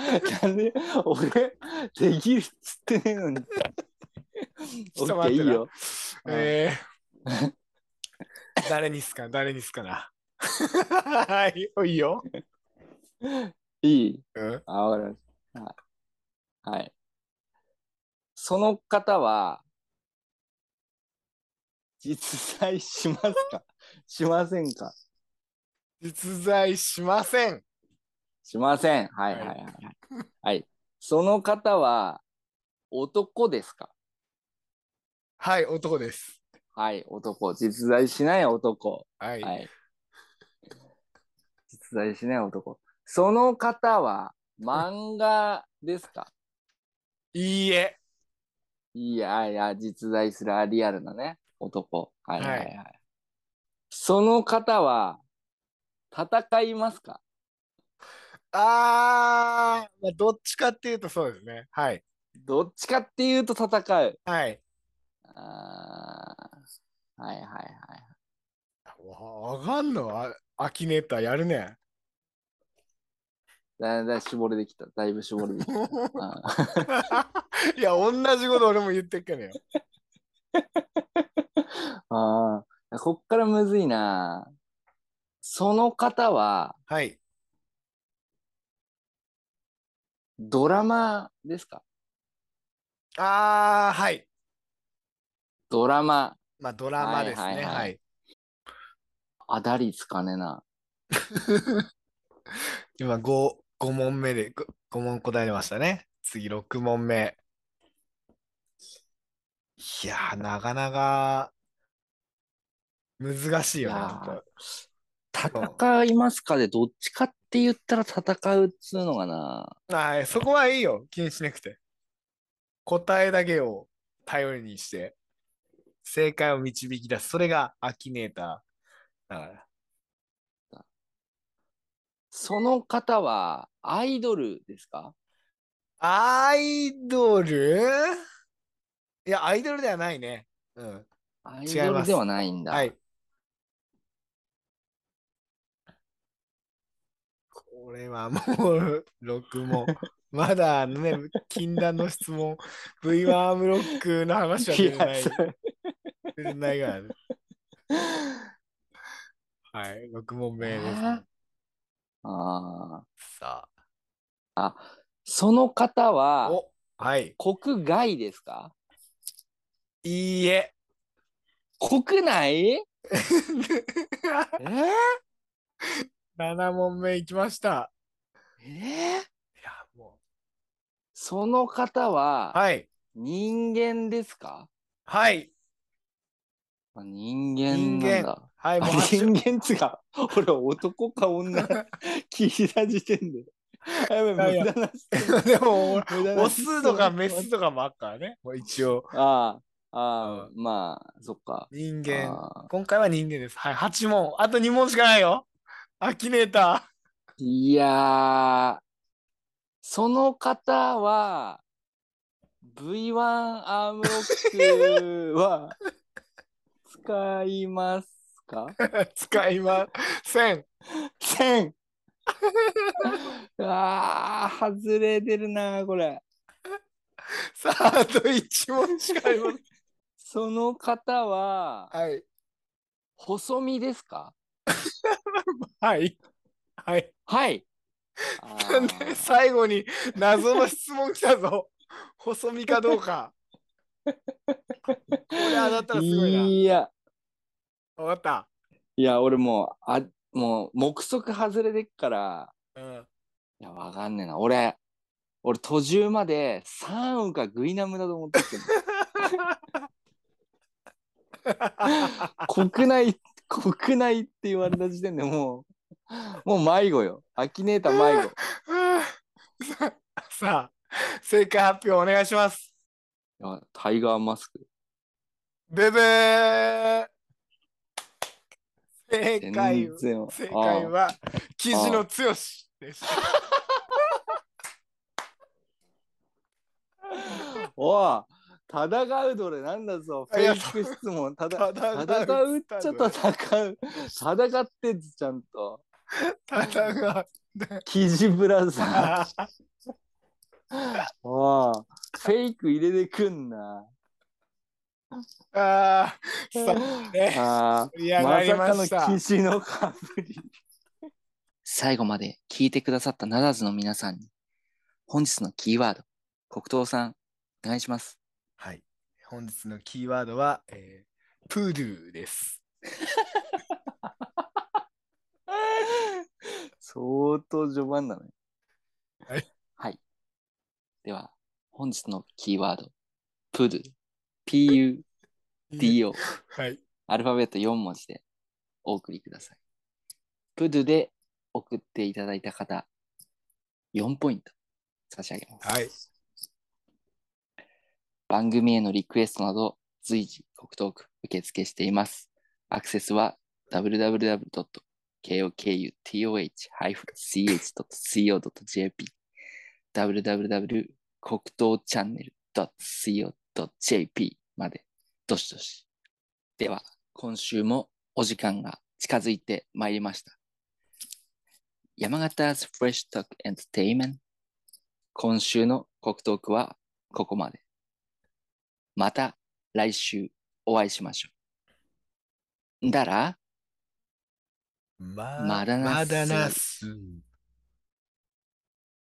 S3: なんで俺、できるっつってねえのに。
S1: ちょっと待って
S3: オッケーいい
S1: な
S3: よ。
S1: えー、誰にすか誰にすかな はい、おいいよ。
S3: いい
S1: うん、
S3: あ、わかりました。はい。はい。その方は、実在しますかしませんか
S1: 実在しません。
S3: しません。はいはいはいはい。はい。その方は、男ですか
S1: はい、男です。
S3: はい、男。実在しない男。
S1: はい。
S3: はい。実在しない男。その方は漫画ですか
S1: いいえ。
S3: いやいや、実在するあリアルなね、男。はいはいはい。
S1: は
S3: その方は戦いますか
S1: あー、まあ、どっちかっていうとそうですね。はい。
S3: どっちかっていうと戦う。
S1: はい。
S3: あーはいはいはい。
S1: わわかんのあアキネーターやるね。
S3: だだいぶ絞れてきた。だいぶ絞れ てきた。あ ー
S1: いや、同じこと俺も言ってっけどよ。
S3: あー、こっからむずいな。その方は、
S1: はい。
S3: ドラマですか
S1: あー、はい。
S3: ドラマ。
S1: まあ、ドラマですね。は
S3: はいいはいはいあだりつかねな。
S1: 今5、5問目で、5, 五問答えましたね。次、6問目。いやー、なかなか難しいよね。
S3: いやー
S1: なんか
S3: 戦いますかで、どっちかって言ったら戦うっつうのがな。
S1: はい、そこはいいよ。気にしなくて。答えだけを頼りにして、正解を導き出す。それがアキネーター。だから。
S3: その方はアイドルですか
S1: アイドルいや、アイドルではないね。うん。
S3: アイ
S1: す
S3: ドルではないんだ。
S1: はい。これはもう、6問。 まだね、禁断の質問、V1 アームロックの話は出てない
S7: いや。それ
S1: 出てないからね。はい、6問目ですね、
S3: えー あ
S1: さ
S3: ああ、その方
S1: あ、
S3: は
S1: おはい。
S3: 国外ですか
S1: いいえ。
S3: 国 内えー、
S1: 7問目いきました。
S3: えー
S1: いや、も
S3: その方
S1: う。
S3: は
S1: はい。
S3: 人間ですか、
S1: はい。
S3: あ人間なんだ。
S1: はい、もう
S3: あ
S1: 8
S3: 人間っつうか、 俺男 か女聞いた時点で。あや
S1: いや
S3: ば
S1: い
S3: い
S1: や
S3: 無駄な質
S1: で も、
S3: 問無駄な
S1: オ
S3: 質問
S1: スとかメスとかもあっからね。もう一応。
S3: ああ、ああ、まあ、そっか。
S1: 人間。
S3: ああ
S1: 今回は人間です。はい、8問。あと2問しかないよ。アキネー タ
S3: いやー、その方は、V1 アームロックは使いますか
S1: ー。使いません。
S3: 千 あー、外れてるな、これ。
S1: さあ、あと1問しかありません。
S3: その方は、
S1: はい。
S3: 細身ですか
S1: はい。はい。
S3: はい。あー
S1: なん で最後に謎の質問来たぞ。細身かどうか。これ当たったらすごいな。
S3: いや、
S1: わかっ
S3: いや、俺もう、あ、もう、目測外れてっから、
S1: た。うん。
S3: いや、わかんねえな。俺、俺途中までサウかグイナムだと思ってたけ ど、国内、国内って言われた時点でもう、もう迷子よ。アキネーター迷子。
S1: さあ、正解発表お願いします。
S3: いやタイガーマスク。
S1: ブブー正
S3: 全
S1: 解
S3: 然わ
S1: 正
S3: あ
S1: 解は、記事の強しでした。
S3: あおい戦うどれなんだぞ。フ
S1: あり
S3: ェ
S1: が
S3: イク質問。ただ
S1: 戦う
S3: 戦うっちゃと戦う。戦ってんぞちゃんと。
S1: ただが、
S3: キジブラザー。
S1: あ
S3: おいフェイク入れてくんな。
S1: あー、さあね、
S3: あー
S1: 盛り上がりました。
S3: 士のかぶり。最後まで聞いてくださったならずの皆さんに、本日のキーワード、黒糖さん、お願いします。
S1: はい。本日のキーワードは、えー、プールです。
S3: 相当序盤だね。
S1: はい。
S3: はい。では、本日のキーワード、プル、PUDO、
S1: はい。
S3: アルファベット4文字でお送りください。プルで送っていただいた方、4ポイント差し上げます。
S1: はい。
S3: 番組へのリクエストなど随時国トーク受付しています。アクセスは www.kokutoh-ch.co.jp www 国東チャンネル .co.jp までどしどし。では、今週もお時間が近づいてまいりました。山形フレッシュトークエンターテイメント。今週の国トークはここまで。また来週お会いしましょう。だら、
S1: ま
S3: まだなす
S1: まだなす。